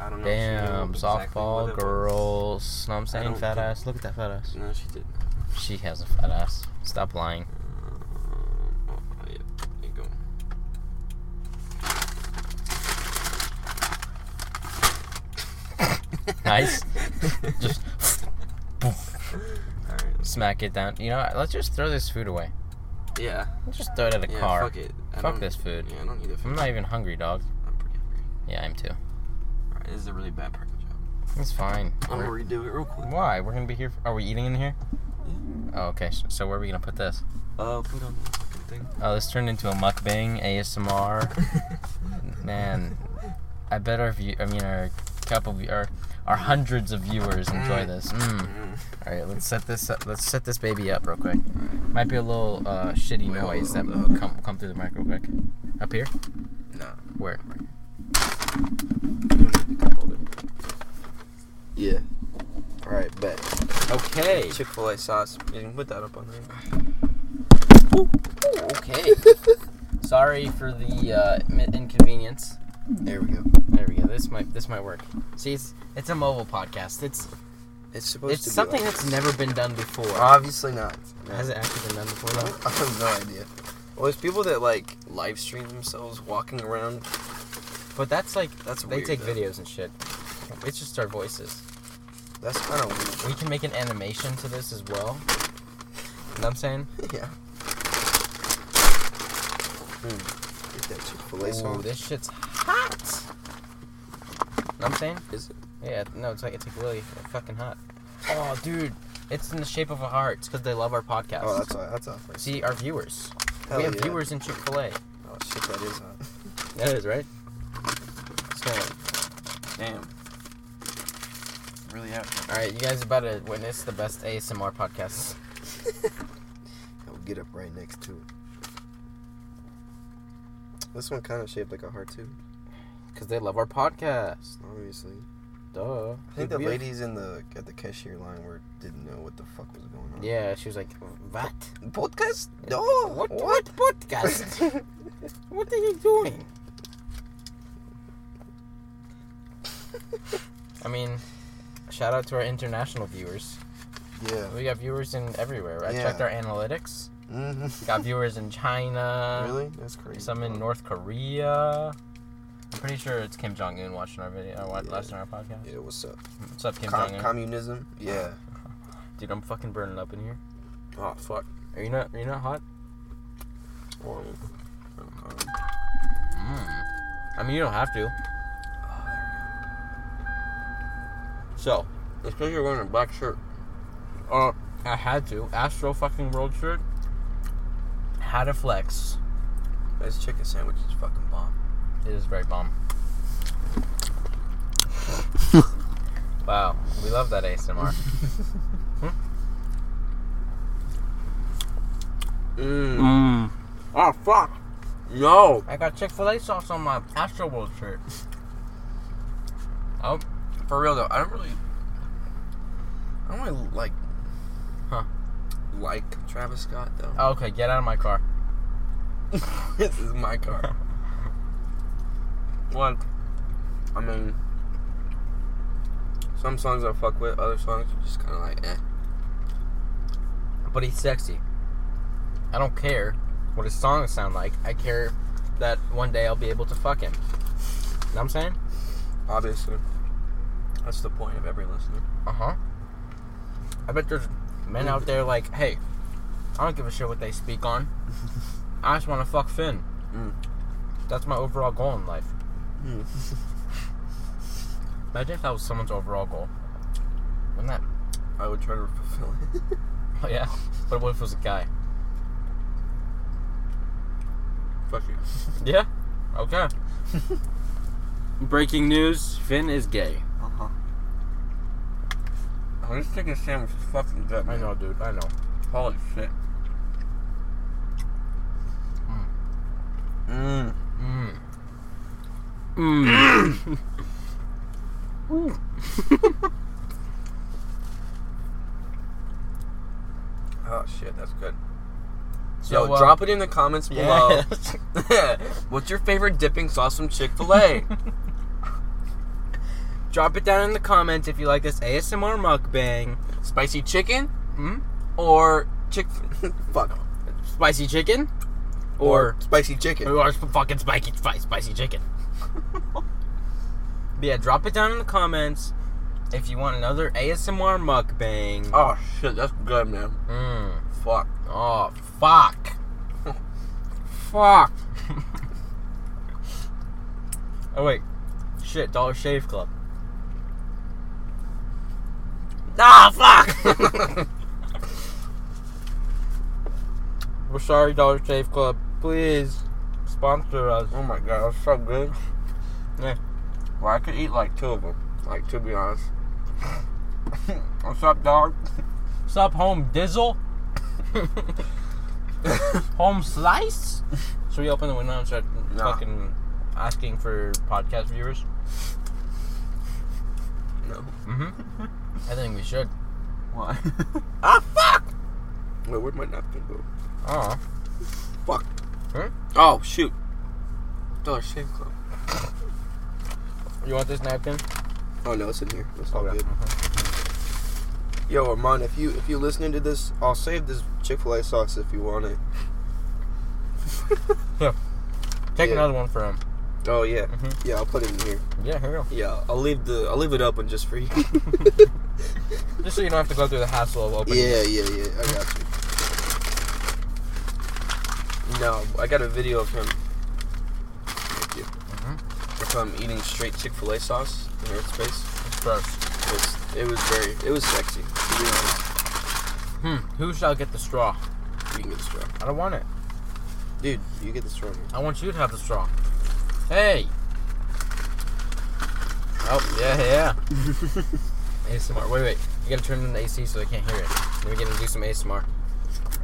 Speaker 3: I don't know. if she knew
Speaker 2: Damn,
Speaker 3: exactly what
Speaker 2: softball
Speaker 3: it was.
Speaker 2: girls. Know what I'm saying?
Speaker 3: don't
Speaker 2: Fat
Speaker 3: think-
Speaker 2: ass. Look at that fat ass.
Speaker 3: No, she didn't.
Speaker 2: She has a fat ass. Stop lying.
Speaker 3: Um, oh, yeah, there you go.
Speaker 2: Nice. Just
Speaker 3: All right.
Speaker 2: smack it down. You know, what? let's just throw this food away.
Speaker 3: Yeah.
Speaker 2: Let's just throw it at a
Speaker 3: yeah.
Speaker 2: car.
Speaker 3: Fuck it. I
Speaker 2: Fuck
Speaker 3: don't-
Speaker 2: this food.
Speaker 3: Yeah, I don't need it.
Speaker 2: I'm not even hungry, dog.
Speaker 3: I'm pretty hungry.
Speaker 2: Yeah, I am too.
Speaker 3: This is a really bad parking job.
Speaker 2: It's fine.
Speaker 3: I'm gonna
Speaker 2: We're-
Speaker 3: redo it real quick.
Speaker 2: Why? We're gonna be here. For, are we eating in here? Oh, okay. So, so where are we gonna put this?
Speaker 3: Oh, put on the fucking thing.
Speaker 2: Oh, this turned into a mukbang ASMR. Man, I bet our view. I mean, our couple, view- our our hundreds of viewers enjoy this. Mm.
Speaker 3: Mm.
Speaker 2: All right, let's set this up. Let's set this baby up real quick. Might be a little uh, shitty
Speaker 3: Wait,
Speaker 2: noise that
Speaker 3: hold on, hold on.
Speaker 2: come come through the mic real quick. Up here?
Speaker 3: Nah.
Speaker 2: Where?
Speaker 3: you don't need the cup holder.
Speaker 2: Mm.
Speaker 3: Yeah. All right, bet.
Speaker 2: Okay.
Speaker 3: Chick Fil A sauce. You can put that up on there.
Speaker 2: Okay. Sorry for the uh, mi- inconvenience.
Speaker 3: There we go.
Speaker 2: There we go. This might this might work. See, it's it's a mobile podcast. It's
Speaker 3: It's supposed to
Speaker 2: it's
Speaker 3: be
Speaker 2: something
Speaker 3: like- Uh,
Speaker 2: that's never been done before.
Speaker 3: obviously not.
Speaker 2: Has it actually been done before
Speaker 3: I
Speaker 2: though?
Speaker 3: have no idea. Well, there's people that like live stream themselves walking around.
Speaker 2: But that's like
Speaker 3: That's
Speaker 2: they
Speaker 3: weird,
Speaker 2: take
Speaker 3: though.
Speaker 2: videos and shit. It's just our voices.
Speaker 3: That's kind of
Speaker 2: We can make an animation to this as well. You know what I'm saying?
Speaker 3: weird. yeah. Mm. Get that Chick Fil A
Speaker 2: Ooh,
Speaker 3: sauce.
Speaker 2: this shit's hot. Know what I'm saying?
Speaker 3: Is it?
Speaker 2: Yeah, no, it's like it's like really fucking hot. Oh, dude, it's in the shape of a heart. It's because they love our podcast.
Speaker 3: Oh, that's all- that's awful.
Speaker 2: See our viewers.
Speaker 3: Hell
Speaker 2: we have
Speaker 3: yeah.
Speaker 2: viewers in Chick Fil A.
Speaker 3: Oh shit, that is hot.
Speaker 2: That is right. So,
Speaker 3: Damn. Really hot.
Speaker 2: All right, you guys are about to witness the best ASMR podcast.
Speaker 3: I'll get up right next to it. This one kind of shaped like a heart too,
Speaker 2: Because they love our podcast.
Speaker 3: obviously.
Speaker 2: Duh.
Speaker 3: I think the
Speaker 2: We have-
Speaker 3: ladies in the at the cashier line were didn't know what the fuck was going on.
Speaker 2: Yeah, she was like, what? Uh,
Speaker 3: Podcast? No.
Speaker 2: What, what podcast? what are you doing? I mean, shout out to our international viewers.
Speaker 3: yeah.
Speaker 2: We got viewers in everywhere. I
Speaker 3: Yeah.
Speaker 2: checked our analytics.
Speaker 3: Mhm.
Speaker 2: Got viewers in China.
Speaker 3: really? That's crazy.
Speaker 2: Uh, Some in North Korea. I'm pretty sure it's Kim Jong Un watching our video, or
Speaker 3: Yeah.
Speaker 2: watching our podcast.
Speaker 3: Yeah. What's up?
Speaker 2: What's up, Kim
Speaker 3: Com-
Speaker 2: Jong Un?
Speaker 3: communism? Yeah.
Speaker 2: Dude, I'm fucking burning up in here.
Speaker 3: Oh fuck.
Speaker 2: Are you not? Are you not hot?
Speaker 5: Oh,
Speaker 3: Warm.
Speaker 2: I mean, you don't have to.
Speaker 3: Oh, So, it's because you're wearing a black shirt.
Speaker 2: Uh, I had to. Astro fucking world shirt. Had to flex.
Speaker 3: This chicken sandwich is fucking bomb.
Speaker 2: It is very bomb. wow, we love that ASMR.
Speaker 3: Mm.
Speaker 1: Mmm.
Speaker 3: Oh fuck. No.
Speaker 2: I got Chick Fil A sauce on my Astro World shirt. Oh,
Speaker 3: For real though, I don't really. I don't really like.
Speaker 2: Huh.
Speaker 3: Like Travis Scott though.
Speaker 2: okay. Get out of my car.
Speaker 3: this is my car. What? I mean, some songs I fuck with, other songs are just kind of like, eh.
Speaker 2: But he's sexy. I don't care what his songs sound like. I care that one day I'll be able to fuck him. Know what I'm saying?
Speaker 3: Obviously, that's the point of every listener.
Speaker 2: Uh huh. I bet there's men out there like, hey, I don't give a shit what they speak on. I just want to fuck Finn.
Speaker 3: Mm.
Speaker 2: That's my overall goal in life.
Speaker 3: Mm.
Speaker 2: Imagine if that was someone's overall goal. Wouldn't that?
Speaker 3: I would try to fulfill it.
Speaker 2: Oh, yeah. But what if it was a guy?
Speaker 3: fuck you.
Speaker 2: Yeah. Okay. Breaking news Finn is gay.
Speaker 3: Uh huh. Oh, this chicken sandwich is fucking good.
Speaker 2: I know, dude. I know.
Speaker 3: Holy shit. Mmm.
Speaker 2: Mmm. Mmm.
Speaker 3: Oh shit, that's good.
Speaker 2: So,
Speaker 3: So
Speaker 2: uh,
Speaker 3: drop it in the comments below.
Speaker 2: Yes.
Speaker 3: What's your favorite dipping sauce from Chick Fil A?
Speaker 2: Drop it down in the comments if you like this ASMR mukbang.
Speaker 3: Spicy chicken
Speaker 2: Hmm?
Speaker 3: or Chick? Fuck.
Speaker 2: Spicy chicken?
Speaker 3: Or
Speaker 2: Or,
Speaker 3: spicy chicken.
Speaker 2: or, sp- fucking spicy, spi- spicy chicken. but yeah, drop it down in the comments if you want another ASMR mukbang.
Speaker 3: Oh shit, that's good, man.
Speaker 2: Mm.
Speaker 3: Fuck.
Speaker 2: Oh, fuck. fuck. oh, wait. Shit, Dollar Shave Club.
Speaker 5: Ah, fuck!
Speaker 2: We're sorry, Dollar Shave Club. Please sponsor us.
Speaker 5: oh my god, that's so good.
Speaker 2: Yeah.
Speaker 5: Well, I could eat like two of them. Like, to be honest. What's up, dog?
Speaker 2: Sup, home dizzle? home slice? Should we open the window and start
Speaker 5: Nah.
Speaker 2: fucking asking for podcast viewers?
Speaker 5: No.
Speaker 2: Mm-hmm. I think we should.
Speaker 5: Why? ah, fuck! Wait, where'd my napkin go?
Speaker 2: Oh.
Speaker 5: Fuck.
Speaker 2: Huh?
Speaker 5: Oh, shoot. Dollar Shave Club.
Speaker 2: You want this napkin?
Speaker 5: Oh, no, it's in here. It's all
Speaker 2: Okay. Mm-hmm.
Speaker 5: good. Yo, Armand, if you if you listening to this, I'll save this Chick Fil A sauce if you want it.
Speaker 2: Take
Speaker 5: Yeah.
Speaker 2: another one for him.
Speaker 5: Oh yeah,
Speaker 2: Mhm.
Speaker 5: yeah, I'll put it in here.
Speaker 2: Yeah, here you go.
Speaker 5: Yeah, I'll leave the I'll leave it open just for you.
Speaker 2: Just so you don't have to go through the hassle of opening.
Speaker 5: yeah, yeah, yeah. I got you. No, I got a video of him. Thank you. Of him eating straight Chick Fil A sauce in Earth Space.
Speaker 2: First.
Speaker 5: It was, it was very it was sexy. To be honest,
Speaker 2: Hmm. Who shall get the straw?
Speaker 5: you can get the straw,
Speaker 2: I don't want it.
Speaker 5: dude. You get the straw. Man.
Speaker 2: I want you to have the straw. Hey. Oh yeah yeah. ASMR. Wait wait. You gotta turn on the AC so they can't hear it. Then we get to do some ASMR.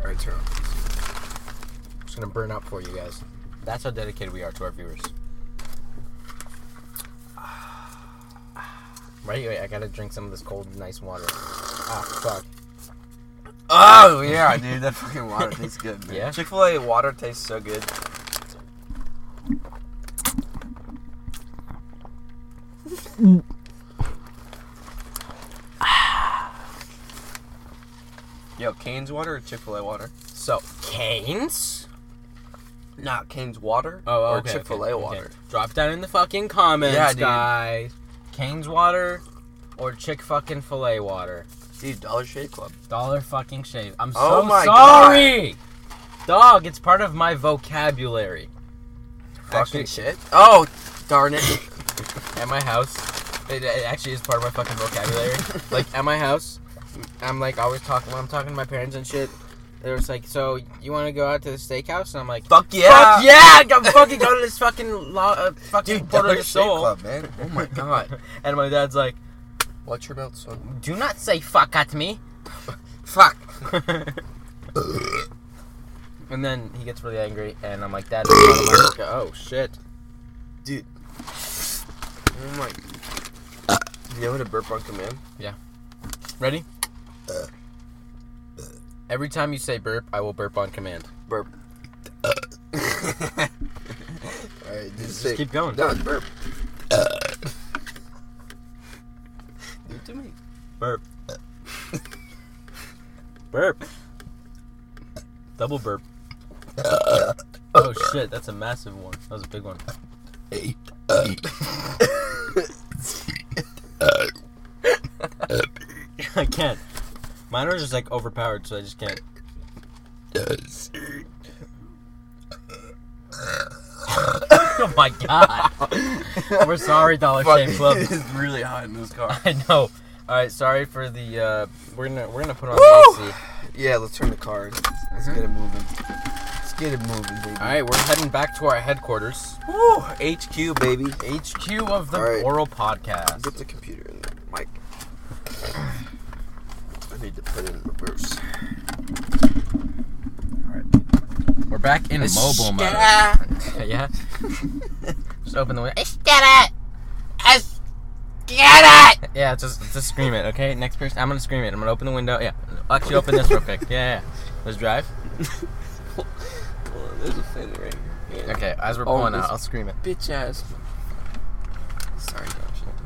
Speaker 5: All right, turn off.
Speaker 2: It's gonna burn up for you guys. That's how dedicated we are to our viewers. Right, wait, I gotta drink some of this cold, nice water. Ah, fuck.
Speaker 5: Oh yeah, dude, that fucking water tastes good.
Speaker 2: Yeah?
Speaker 5: Chick Fil A water tastes so good. Yo, Cane's water or Chick Fil A water?
Speaker 2: So, canes?
Speaker 5: Not Cane's water.
Speaker 2: Oh,
Speaker 5: or
Speaker 2: okay,
Speaker 5: Chick Fil A
Speaker 2: okay, okay.
Speaker 5: water.
Speaker 2: Drop down in the fucking comments,
Speaker 5: Yeah, dude.
Speaker 2: guys. Canes water or Chick fucking Filet water?
Speaker 5: Dude, Dollar Shave Club.
Speaker 2: Dollar fucking shave. I'm so
Speaker 5: Oh my
Speaker 2: sorry, dog. It's part of my vocabulary.
Speaker 5: Fucking
Speaker 2: Actually-
Speaker 5: shit. Oh, darn it.
Speaker 2: At my house, it, it actually is part of my fucking vocabulary. like at my house, I'm like always talking when I'm talking to my parents and shit. They're just like, "So you want to go out to the steakhouse?" And I'm like,
Speaker 5: Fuck yeah.
Speaker 2: "Fuck yeah! Go fucking go to this fucking lo- uh, fucking
Speaker 5: Dude,
Speaker 2: Puerto
Speaker 5: Dollar
Speaker 2: del
Speaker 5: Shave
Speaker 2: Sol."
Speaker 5: Club, man. Oh my god.
Speaker 2: And my dad's like,
Speaker 5: Watch your mouth, son.
Speaker 2: "Do not say fuck at me."
Speaker 5: Fuck.
Speaker 2: and then he gets really angry, and I'm like, "Dad, it's part of my voca- oh shit."
Speaker 5: Dude. Oh my. Do you know how to burp on command?
Speaker 2: Ready?
Speaker 5: Uh.
Speaker 2: Every time you say burp, I will burp on command.
Speaker 5: Burp. Alright, just, say-
Speaker 2: keep going.
Speaker 5: No, it's burp. Do it to me.
Speaker 2: Burp. burp. Double burp.
Speaker 5: Uh,
Speaker 2: oh shit, that's a massive one. That was a big one.
Speaker 5: Hey. Uh,
Speaker 2: I can't. Mine are just like overpowered, so I just can't. Oh my god. We're sorry, Dollar Shave Club.
Speaker 5: It's really hot in this car.
Speaker 2: I know. All right, sorry for the. Uh, we're gonna we're gonna put on the AC.
Speaker 5: Yeah, let's turn the car. in. Let's get it moving. Let's get it moving, baby.
Speaker 2: All right, we're heading back to our headquarters,
Speaker 5: Woo! HQ, baby.
Speaker 2: HQ of the
Speaker 5: All right.
Speaker 2: Oral Podcast.
Speaker 5: Get the computer in there, Mike. I need to put it in reverse.
Speaker 2: We're back in mobile mode. yeah. just open the window. Get it. Get it. Yeah, just just scream it, okay? Next person, I'm gonna scream it. I'm gonna open the window. Yeah, actually, open this real quick. Yeah, yeah. Let's drive.
Speaker 5: Well, there's a fan right here.
Speaker 2: Okay, as we're
Speaker 5: Oh,
Speaker 2: pulling out,
Speaker 5: this-
Speaker 2: I'll scream it.
Speaker 5: Bitch ass. Sorry, Josh.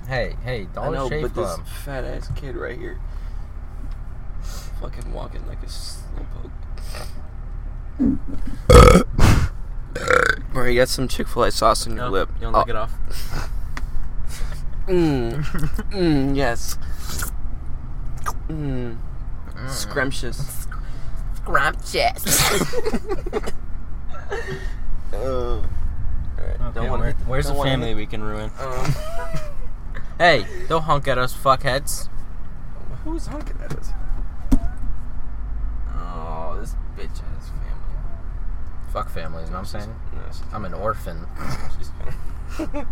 Speaker 2: Hey, hey,
Speaker 5: I
Speaker 2: Dollar
Speaker 5: know,
Speaker 2: Shave
Speaker 5: but
Speaker 2: Club.
Speaker 5: this fat ass kid right here, fucking walking like a slowpoke. Bro, you got some Chick Fil A sauce in your
Speaker 2: Nope,
Speaker 5: lip. Oh.
Speaker 2: You don't lick it off.
Speaker 5: Mmm. Mmm. Yes. Mmm.
Speaker 2: Mm.
Speaker 5: Scrumptious. Scrumptious. Oh. Alright,
Speaker 2: Okay,
Speaker 5: don't wanna
Speaker 2: where-
Speaker 5: hit
Speaker 2: where's
Speaker 5: don't
Speaker 2: the
Speaker 5: wanna
Speaker 2: family
Speaker 5: hit-
Speaker 2: we can ruin?
Speaker 5: Um,
Speaker 2: Hey, don't honk at us, fuckheads.
Speaker 5: Who's honking at us? Oh, this bitch has family.
Speaker 2: Fuck families, you know what I'm saying?
Speaker 5: No, she's,
Speaker 2: I'm an orphan.
Speaker 5: she's kind of.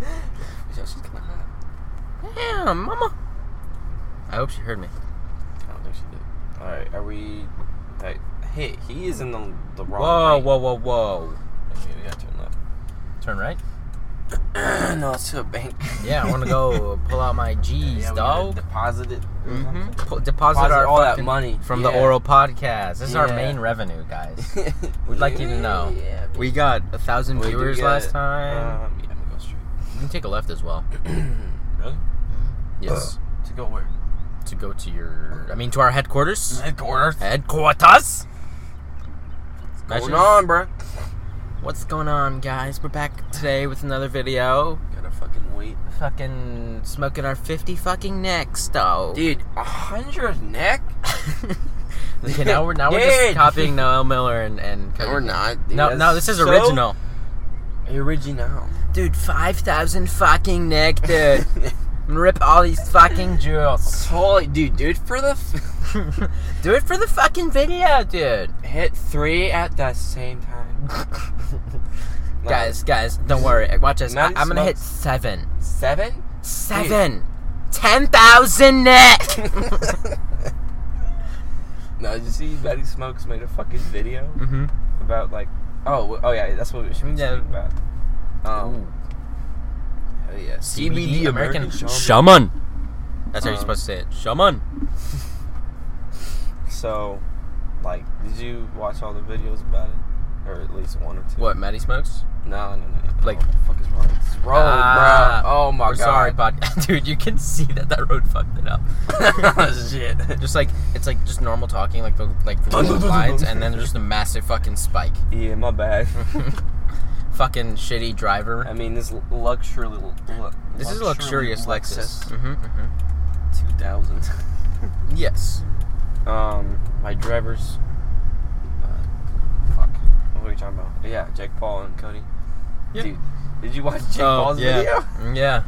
Speaker 5: she's kind of hot.
Speaker 2: Damn, mama. I hope she heard me.
Speaker 5: I don't think she did. All right, are we? Like, hey, he is in the the wrong.
Speaker 2: Whoa,
Speaker 5: lane.
Speaker 2: whoa, whoa, whoa.
Speaker 5: Okay, we gotta turn left.
Speaker 2: Turn right?
Speaker 5: no, it's to a bank.
Speaker 2: Yeah, I want to go pull out my G's,
Speaker 5: yeah, we gotta
Speaker 2: dog.
Speaker 5: Deposit it. or
Speaker 2: hmm
Speaker 5: something.
Speaker 2: Deposit,
Speaker 5: Deposit
Speaker 2: our
Speaker 5: all that
Speaker 2: fucking-
Speaker 5: money
Speaker 2: from the
Speaker 5: Yeah.
Speaker 2: oral podcast. This is our
Speaker 5: Yeah.
Speaker 2: main revenue, guys. We'd like you to know.
Speaker 5: Yeah,
Speaker 2: We got a thousand
Speaker 5: We do
Speaker 2: viewers
Speaker 5: get-
Speaker 2: last time.
Speaker 5: Um, yeah, I'm gonna go straight.
Speaker 2: you can take a left as well.
Speaker 5: really?
Speaker 2: Yes,
Speaker 5: To go where?
Speaker 2: to go to your, I mean, to our headquarters.
Speaker 5: Headquarters.
Speaker 2: Headquarters.
Speaker 5: Going
Speaker 2: Imagine-
Speaker 5: on, bro.
Speaker 2: What's going on, guys? We're back today with another video.
Speaker 5: Gotta fucking wait,
Speaker 2: Fucking smoking our fifty fucking necks, though.
Speaker 5: dude. A hundred neck?
Speaker 2: okay, now we're now we're just
Speaker 5: Dude.
Speaker 2: copying Noel Miller and and
Speaker 5: No, we're not. Dude,
Speaker 2: No,
Speaker 5: That's
Speaker 2: no, this is
Speaker 5: so
Speaker 2: original.
Speaker 5: Original.
Speaker 2: Dude, 5,000 fucking neck, dude. And Rip all these fucking jewels.
Speaker 5: Holy dude, dude, for the f-
Speaker 2: Do it for the fucking video, dude.
Speaker 5: hit three at the same time. No,
Speaker 2: Guys, guys, don't worry. Watch this. I-
Speaker 5: Nice
Speaker 2: I'm gonna hit
Speaker 5: smokes.
Speaker 2: seven.
Speaker 5: seven.
Speaker 2: Seven. 10,000 neck.
Speaker 5: No, did you see Betty Smokes made a fucking video
Speaker 2: mm-hmm.
Speaker 5: about like, oh, oh yeah, that's what we should be
Speaker 2: Yeah.
Speaker 5: talking about. Um, oh yeah,
Speaker 2: CBD American
Speaker 5: Shaman.
Speaker 2: Shaman. That's how you're
Speaker 5: Um,
Speaker 2: supposed to say it. Shaman.
Speaker 5: So, like, did you watch all the videos about it, or at least one or two?
Speaker 2: What, Maddie smokes?
Speaker 5: No, no, no. no.
Speaker 2: Like-
Speaker 5: what the fuck is wrong? It's wrong,
Speaker 2: Ah,
Speaker 5: bro. Oh my
Speaker 2: We're
Speaker 5: god.
Speaker 2: sorry, pod- dude. You can see that that road fucked it up.
Speaker 5: Shit.
Speaker 2: just like it's like just normal talking, like the like the little slides, and then there's just a massive fucking spike.
Speaker 5: Yeah, my bad.
Speaker 2: fucking shitty driver.
Speaker 5: I mean, this l- luxury. L- l-
Speaker 2: This is a luxurious Lexus. hmm
Speaker 5: Two thousand.
Speaker 2: Yes.
Speaker 5: Um, my drivers. Uh, fuck. What were we talking about? Yeah, Jake Paul and Cody.
Speaker 2: Yeah. Oh,
Speaker 5: Dude, did you watch Jake Paul's
Speaker 2: yeah.
Speaker 5: video?
Speaker 2: Yeah.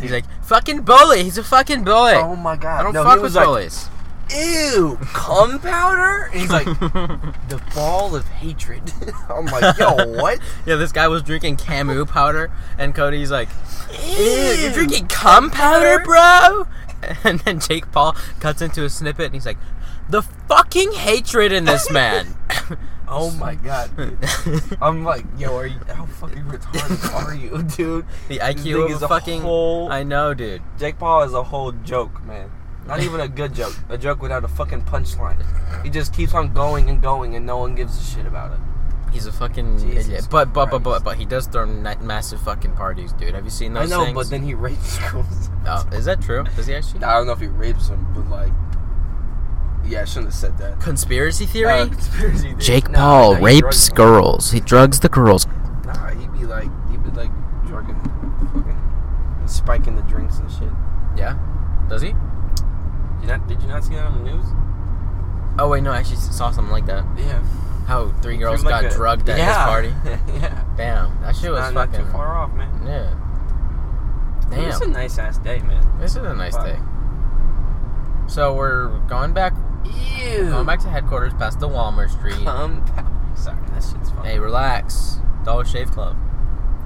Speaker 2: He's like fucking bully. He's a fucking bully.
Speaker 5: Oh my god!
Speaker 2: I don't
Speaker 5: no, he
Speaker 2: fuck with
Speaker 5: was like,
Speaker 2: bullies.
Speaker 5: Ew, cum powder. And he's like, the ball of hatred. I'm like, yo, what?
Speaker 2: yeah, this guy was drinking Camu powder, and Cody's like, "Ew, you're
Speaker 5: Ew.
Speaker 2: drinking cum powder, bro." And then Jake Paul cuts into a snippet, and he's like, "The fucking hatred in this man."
Speaker 5: Oh my god. dude. I'm like, yo, are you? How fucking retarded are you, dude?
Speaker 2: The
Speaker 5: This
Speaker 2: IQ
Speaker 5: thing
Speaker 2: of
Speaker 5: is
Speaker 2: a
Speaker 5: a
Speaker 2: fucking.
Speaker 5: whole-
Speaker 2: I know, dude.
Speaker 5: Jake Paul is a whole joke, man. Not even a good joke. A joke without a fucking punchline. He just keeps on going and going, and no one gives a shit about it.
Speaker 2: He's a fucking
Speaker 5: Jesus
Speaker 2: idiot. But but but but
Speaker 5: Christ.
Speaker 2: but he does throw na- massive fucking parties, dude. Have you seen
Speaker 5: I
Speaker 2: those?
Speaker 5: know,
Speaker 2: things?
Speaker 5: but then he rapes girls.
Speaker 2: Oh, is that true? Does he actually?
Speaker 5: I don't know if he rapes them, but like, yeah, I shouldn't have said that.
Speaker 2: Conspiracy theory.
Speaker 5: Uh, conspiracy theory.
Speaker 6: Jake
Speaker 5: Nah,
Speaker 6: Paul
Speaker 5: nah, he
Speaker 6: rapes
Speaker 5: drugs
Speaker 6: girls. He drugs the girls.
Speaker 5: them. Nah, he'd be like, he'd be like, drugging, fucking, spiking the drinks and shit.
Speaker 2: yeah. Does he?
Speaker 5: Did you not, did you not see that on the news?
Speaker 2: Oh wait, no. I actually saw something like that.
Speaker 5: Yeah.
Speaker 2: How three girls
Speaker 5: Seemed like
Speaker 2: got
Speaker 5: a-
Speaker 2: drugged at
Speaker 5: yeah.
Speaker 2: his party.
Speaker 5: yeah.
Speaker 2: Damn, that shit was
Speaker 5: Not, not
Speaker 2: fucking.
Speaker 5: too far off, man.
Speaker 2: Yeah.
Speaker 5: It was a
Speaker 2: Damn.
Speaker 5: nice ass day, man.
Speaker 2: This is a nice
Speaker 5: Fuck.
Speaker 2: day. So we're going back,
Speaker 5: Ew.
Speaker 2: going back to headquarters past the Walmart Street.
Speaker 5: Cum powder. Sorry, that shit's funny.
Speaker 2: Hey, relax. Dollar Shave Club.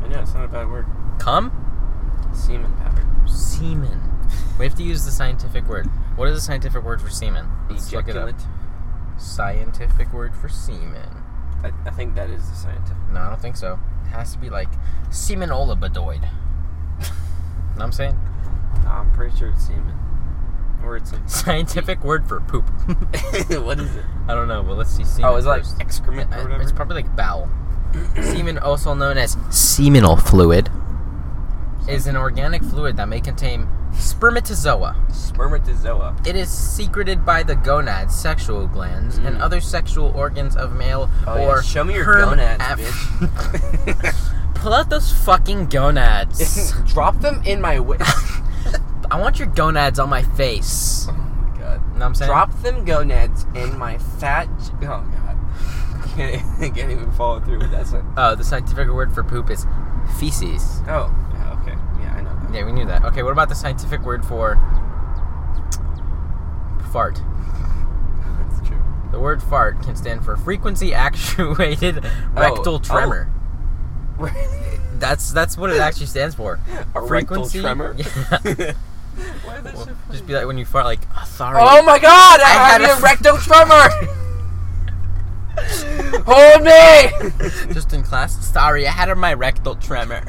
Speaker 5: I know it's not a bad word.
Speaker 2: Come.
Speaker 5: Semen powder.
Speaker 2: Semen. We have to use the scientific word. What is the scientific word for semen? Let's look it up.
Speaker 5: Ejaculate.
Speaker 2: Scientific word for semen.
Speaker 5: I, I think that is the scientific.
Speaker 2: No, I don't think so. It has to be like semen olibadoid. know what I'm saying?
Speaker 5: No, I'm pretty sure it's semen. Or it's like.
Speaker 2: Scientific word for poop.
Speaker 5: what is it?
Speaker 2: I don't know, but let's see semen.
Speaker 5: Oh, it's like
Speaker 2: first.
Speaker 5: excrement or
Speaker 2: Uh, It's
Speaker 5: whatever.
Speaker 2: probably like bowel. semen, also known as seminal fluid, is an organic fluid that may contain spermatozoa.
Speaker 5: Spermatozoa.
Speaker 2: It is secreted by the gonads, sexual glands, and
Speaker 5: Mm.
Speaker 2: other sexual organs of male
Speaker 5: Oh, yeah,
Speaker 2: or
Speaker 5: show me your
Speaker 2: herm-
Speaker 5: gonads,
Speaker 2: af-
Speaker 5: bitch.
Speaker 2: Pull out those fucking gonads.
Speaker 5: Drop them in my way. oh
Speaker 2: I want your gonads on my face.
Speaker 5: my god.
Speaker 2: You know what I'm saying?
Speaker 5: Drop them gonads in my fat. J- oh god. Can't, I can't even follow through with that sentence.
Speaker 2: Oh, the scientific word for poop is feces.
Speaker 5: Oh. Yeah, okay. Yeah, I know that.
Speaker 2: Yeah, we knew that. Okay, what about the scientific word for fart.
Speaker 5: That's true.
Speaker 2: The word fart can stand for frequency actuated rectal
Speaker 5: oh.
Speaker 2: tremor. That's that's what it actually stands for.
Speaker 5: A
Speaker 2: Frequency?
Speaker 5: rectal tremor.
Speaker 2: Yeah.
Speaker 5: Why is that
Speaker 2: Well,
Speaker 5: shit
Speaker 2: Just
Speaker 5: funny?
Speaker 2: be like when you fart, like oh, sorry.
Speaker 5: Oh my god! I,
Speaker 2: I
Speaker 5: had,
Speaker 2: had a-
Speaker 5: a rectal tremor! Hold me!
Speaker 2: Just in class, sorry, I had a- my rectal tremor.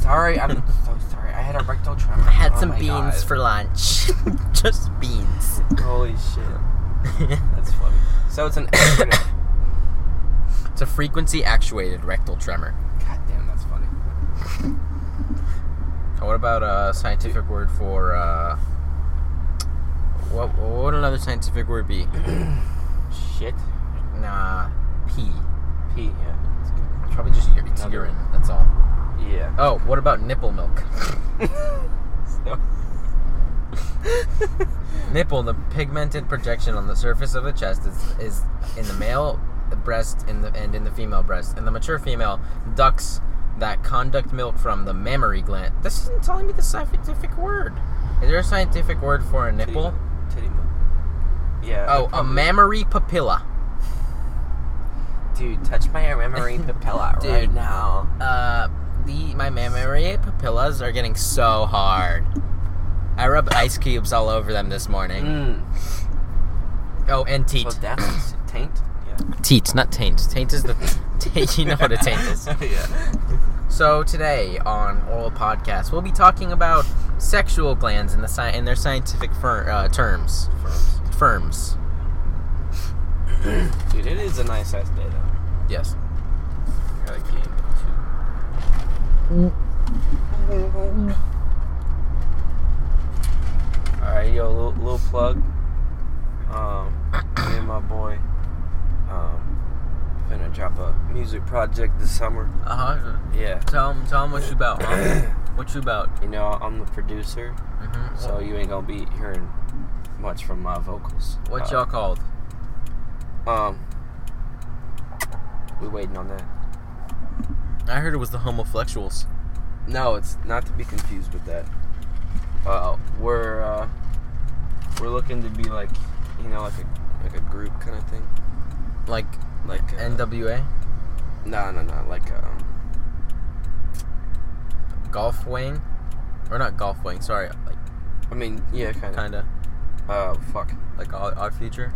Speaker 5: sorry, I'm so sorry. I had a rectal tremor.
Speaker 2: I had
Speaker 5: Oh
Speaker 2: some
Speaker 5: my
Speaker 2: beans
Speaker 5: God.
Speaker 2: for lunch. Just beans.
Speaker 5: Holy shit. That's funny. So it's an acronym.
Speaker 2: it's a frequency actuated rectal tremor.
Speaker 5: God damn, that's funny.
Speaker 2: What about a scientific word for uh? What what would another scientific word be?
Speaker 5: Shit.
Speaker 2: Nah, pee.
Speaker 5: P, yeah. That's good.
Speaker 2: Probably just ur- it's
Speaker 5: Another-
Speaker 2: urine. That's all.
Speaker 5: Yeah.
Speaker 2: Oh, what about nipple milk?
Speaker 5: So-
Speaker 2: Nipple, the pigmented projection on the surface of the chest, is, is in the male breast in the, and in the female breast. And the mature female ducts that conduct milk from the mammary gland. This isn't telling me the scientific word. Is there a scientific word for a nipple?
Speaker 5: Titty milk. Yeah.
Speaker 2: Oh,
Speaker 5: it
Speaker 2: a
Speaker 5: probably-
Speaker 2: mammary papilla.
Speaker 5: Dude, touch my mammary papilla
Speaker 2: Dude.
Speaker 5: right now.
Speaker 2: Uh, the my mammary papillas are getting so hard. I rubbed ice cubes all over them this morning.
Speaker 5: Mm.
Speaker 2: Oh, and teat.
Speaker 5: Well, that's taint. Yeah.
Speaker 2: Teats, not taint. Taint is the. taint, you know what a taint is.
Speaker 5: yeah.
Speaker 2: So today on Oral Podcast, we'll be talking about sexual glands in the sci- in their scientific fir- uh, terms.
Speaker 5: Firms.
Speaker 2: Firms.
Speaker 5: Dude, it is a nice ass day though.
Speaker 2: Yes.
Speaker 5: Got a game too. Alright, yo, little, little plug. Um, me and my boy, um, finna drop a music project this summer.
Speaker 2: Uh huh.
Speaker 5: Yeah.
Speaker 2: Tell them, tell 'em what you about. Huh? What you about?
Speaker 5: You know, I'm the producer,
Speaker 2: Mm-hmm.
Speaker 5: so you ain't gonna be hearing much from my vocals.
Speaker 2: What
Speaker 5: Uh,
Speaker 2: y'all called?
Speaker 5: Um, we waiting on that.
Speaker 2: I heard it was the homoflexuals.
Speaker 5: No, it's not to be confused with that. Uh, we're uh, we're looking to be like, you know, like a like a group kind of thing.
Speaker 2: Like
Speaker 5: Like uh,
Speaker 2: NWA,
Speaker 5: no, no, no, like um,
Speaker 2: golf wing, or not golf wing. Sorry, like
Speaker 5: I mean, yeah, kind of.
Speaker 2: kinda
Speaker 5: Uh, fuck.
Speaker 2: like odd, odd future.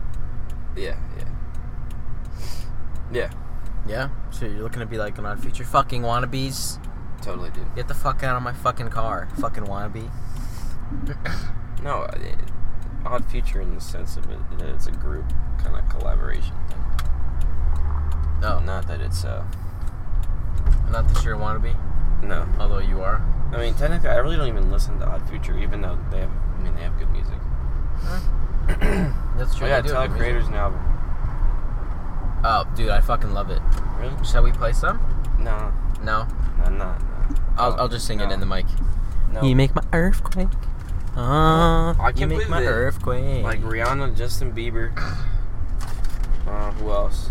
Speaker 5: Yeah, yeah, yeah.
Speaker 2: Yeah. So you're looking to be like an odd future fucking wannabes.
Speaker 5: Totally, dude.
Speaker 2: Get the fuck out of my fucking car, fucking wannabe.
Speaker 5: No, uh, it, odd future in the sense of it that it's a group kind of collaboration thing.
Speaker 2: Oh,
Speaker 5: Not that it's uh,
Speaker 2: not that you're a wannabe,
Speaker 5: no.
Speaker 2: although you are.
Speaker 5: I mean, technically, I really don't even listen to Odd Future, even though they have. I mean, they have good music.
Speaker 2: That's
Speaker 5: Oh
Speaker 2: true.
Speaker 5: yeah,
Speaker 2: they do
Speaker 5: tell
Speaker 2: have music.
Speaker 5: the creators new album.
Speaker 2: Oh, dude, I fucking love it.
Speaker 5: Really?
Speaker 2: Shall we play some?
Speaker 5: No,
Speaker 2: No,
Speaker 5: no, not. No.
Speaker 2: I'll,
Speaker 5: No,
Speaker 2: I'll just sing
Speaker 5: no,
Speaker 2: it in the mic.
Speaker 5: No.
Speaker 2: You make my earthquake. Ah,
Speaker 5: I can't
Speaker 2: you make
Speaker 5: believe
Speaker 2: my
Speaker 5: that,
Speaker 2: earthquake.
Speaker 5: like Rihanna, Justin Bieber. Uh, who else?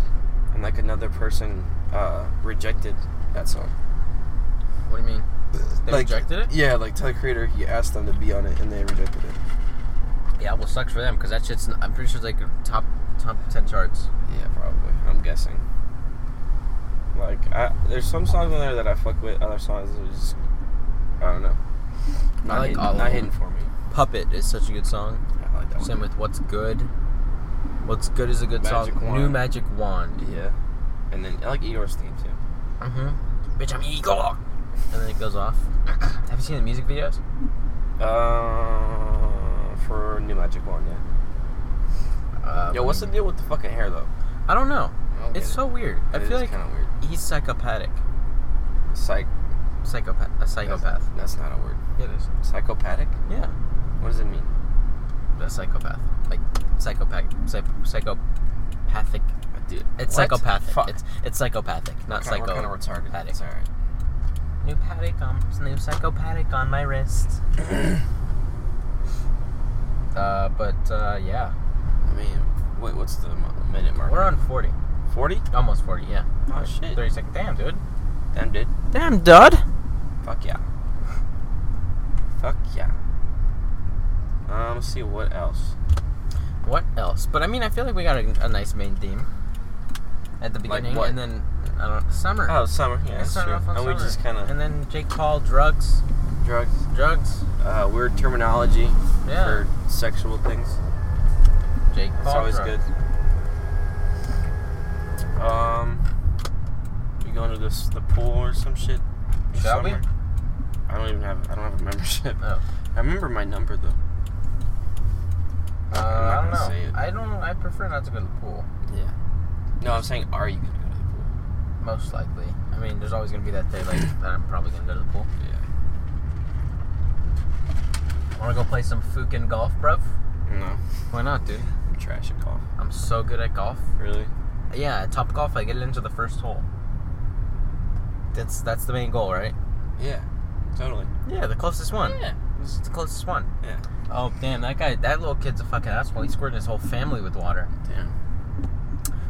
Speaker 5: And like another person uh, rejected that song.
Speaker 2: what do you mean? They
Speaker 5: Like-
Speaker 2: rejected it?
Speaker 5: Yeah, like Tyler Creator, he asked them to be on it, and they rejected it.
Speaker 2: Yeah, well, sucks for them because that shit's. I'm pretty sure it's like top top ten charts.
Speaker 5: Yeah, probably. I'm guessing. Like, I, there's some songs on there that I fuck with. Other songs that are just, I don't know. Not
Speaker 2: like
Speaker 5: hitting,
Speaker 2: all of
Speaker 5: not
Speaker 2: them.
Speaker 5: hitting for me.
Speaker 2: Puppet is such a good song.
Speaker 5: I like that
Speaker 2: Same with What's Good. What's Good is a good
Speaker 5: Magic
Speaker 2: song.
Speaker 5: Wand.
Speaker 2: New Magic Wand.
Speaker 5: Yeah. And then I like Eeyore's theme too.
Speaker 2: Mm-hmm. Bitch, I'm Eagle. And then it goes off. Have you seen the music videos?
Speaker 5: Uh, for New Magic Wand, yeah.
Speaker 2: Uh,
Speaker 5: Yo, what's the deal with the fucking hair though?
Speaker 2: I don't know.
Speaker 5: I don't get
Speaker 2: It's
Speaker 5: it.
Speaker 2: so weird. I
Speaker 5: It
Speaker 2: feel
Speaker 5: is
Speaker 2: like
Speaker 5: kind of weird.
Speaker 2: he's psychopathic.
Speaker 5: Psych.
Speaker 2: Psychopath. A psychopath.
Speaker 5: That's, that's not a word.
Speaker 2: It is.
Speaker 5: Psychopathic.
Speaker 2: Yeah.
Speaker 5: What does it mean?
Speaker 2: A psychopath. Like psychopath. Psych- psychopathic.
Speaker 5: Dude,
Speaker 2: It's
Speaker 5: what?
Speaker 2: psychopathic.
Speaker 5: Fuck.
Speaker 2: It's it's psychopathic, not
Speaker 5: Okay, we're
Speaker 2: psycho.
Speaker 5: kind of retarded.
Speaker 2: pathic.
Speaker 5: It's all right.
Speaker 2: New paddock on new psychopathic on my wrist. uh, but uh, yeah,
Speaker 5: I mean, wait, what's the mo- minute mark?
Speaker 2: we're on forty,
Speaker 5: forty.
Speaker 2: almost forty. Yeah,
Speaker 5: Oh shit.
Speaker 2: thirty seconds. Damn, dude.
Speaker 5: Damn, dude.
Speaker 2: Damn, dud.
Speaker 5: Fuck yeah. Fuck yeah. Um, let's see what else.
Speaker 2: What else? But I mean, I feel like we got a, a nice main theme at the
Speaker 3: Like
Speaker 2: beginning,
Speaker 3: what?
Speaker 2: and then I don't know, summer.
Speaker 3: Oh, summer. Yeah,
Speaker 2: We
Speaker 3: that's
Speaker 2: started
Speaker 3: true.
Speaker 2: off on
Speaker 3: And we
Speaker 2: summer.
Speaker 3: just kind of
Speaker 2: and then Jake Paul drugs,
Speaker 3: drugs,
Speaker 2: drugs.
Speaker 3: uh, weird terminology
Speaker 2: Yeah.
Speaker 3: for sexual things.
Speaker 2: Jake
Speaker 3: It's
Speaker 2: Paul.
Speaker 3: always
Speaker 2: drugs.
Speaker 3: good. Um, you going to this the pool or some shit? this
Speaker 2: Shall we?
Speaker 3: summer? I don't even have. I don't have a membership.
Speaker 2: Oh.
Speaker 3: I remember my number though.
Speaker 2: Uh,
Speaker 3: not
Speaker 2: I don't
Speaker 3: gonna say
Speaker 2: know.
Speaker 3: it.
Speaker 2: I don't. I prefer not to go to the pool.
Speaker 3: Yeah. No, I'm saying, are you gonna go to the pool?
Speaker 2: Most likely. I mean, there's always gonna be that day like that. I'm probably gonna go to the pool.
Speaker 3: Yeah.
Speaker 2: Wanna go play some fucking golf, bruv?
Speaker 3: No,
Speaker 2: Why not, dude?
Speaker 3: I'm trash at golf.
Speaker 2: I'm so good at golf.
Speaker 3: Really?
Speaker 2: Yeah, at top golf, I get it into the first hole. That's that's the main goal, right?
Speaker 3: Yeah. Totally.
Speaker 2: Yeah, the closest one.
Speaker 3: Yeah.
Speaker 2: This is the closest one.
Speaker 3: Yeah.
Speaker 2: Oh damn, that guy, that little kid's a fucking asshole. He squirted his whole family with water.
Speaker 3: Damn.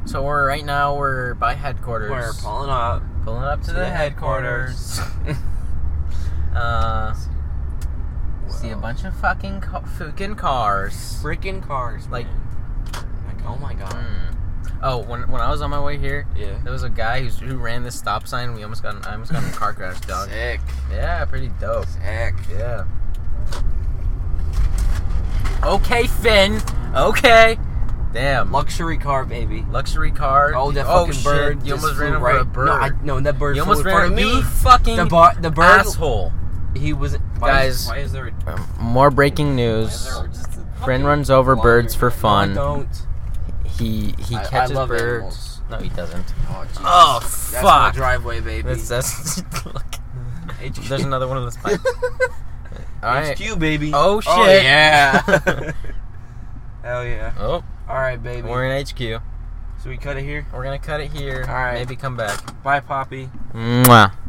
Speaker 2: So we're right now we're by headquarters.
Speaker 3: We're pulling up.
Speaker 2: pulling up to, the, headquarters. uh, see a
Speaker 3: Wow.
Speaker 2: bunch of fucking ca- fucking cars.
Speaker 3: freaking cars.
Speaker 2: Like-
Speaker 3: man. like oh my god.
Speaker 2: Mm. Oh, when, when I was on my way here,
Speaker 3: Yeah.
Speaker 2: there was a guy who's, who ran this stop sign. We almost got in- I almost got in a car crash, dog.
Speaker 3: Sick.
Speaker 2: Yeah, pretty dope.
Speaker 3: Sick.
Speaker 2: Yeah. Okay, Finn. Okay. Damn.
Speaker 3: Luxury car, baby.
Speaker 2: Luxury car.
Speaker 3: Oh, that fucking
Speaker 2: shit.
Speaker 3: bird!
Speaker 2: You
Speaker 3: just
Speaker 2: almost
Speaker 3: flew
Speaker 2: ran over
Speaker 3: right.
Speaker 2: a bird.
Speaker 3: No, I, no, that bird.
Speaker 2: you
Speaker 3: flew
Speaker 2: almost
Speaker 3: in
Speaker 2: ran
Speaker 3: front
Speaker 2: over
Speaker 3: of
Speaker 2: you
Speaker 3: me.
Speaker 2: fucking
Speaker 3: The, bar, the bird. Um,
Speaker 2: asshole.
Speaker 3: He was. Why
Speaker 2: Guys.
Speaker 3: is, why is there? A, why
Speaker 2: More breaking
Speaker 3: is
Speaker 2: news.
Speaker 3: there just a fucking
Speaker 2: Friend runs over
Speaker 3: line
Speaker 2: birds for
Speaker 3: here? No, I
Speaker 2: fun.
Speaker 3: don't.
Speaker 2: He he
Speaker 3: I- I
Speaker 2: catches
Speaker 3: love
Speaker 2: birds.
Speaker 3: animals.
Speaker 2: No, he doesn't.
Speaker 3: Oh, Jesus.
Speaker 2: Oh,
Speaker 3: That's my
Speaker 2: fuck.
Speaker 3: driveway, baby.
Speaker 2: That's, uh, that's look.
Speaker 3: HQ.
Speaker 2: There's another one of those pipes. All right.
Speaker 3: HQ, baby.
Speaker 2: Oh,
Speaker 3: Oh
Speaker 2: shit.
Speaker 3: yeah. Hell yeah.
Speaker 2: Oh,
Speaker 3: All right, baby.
Speaker 2: we're in HQ. We're
Speaker 3: so we cut it here.
Speaker 2: gonna cut it here.
Speaker 3: All right.
Speaker 2: Maybe come back.
Speaker 3: Bye, Poppy.
Speaker 2: Mwah.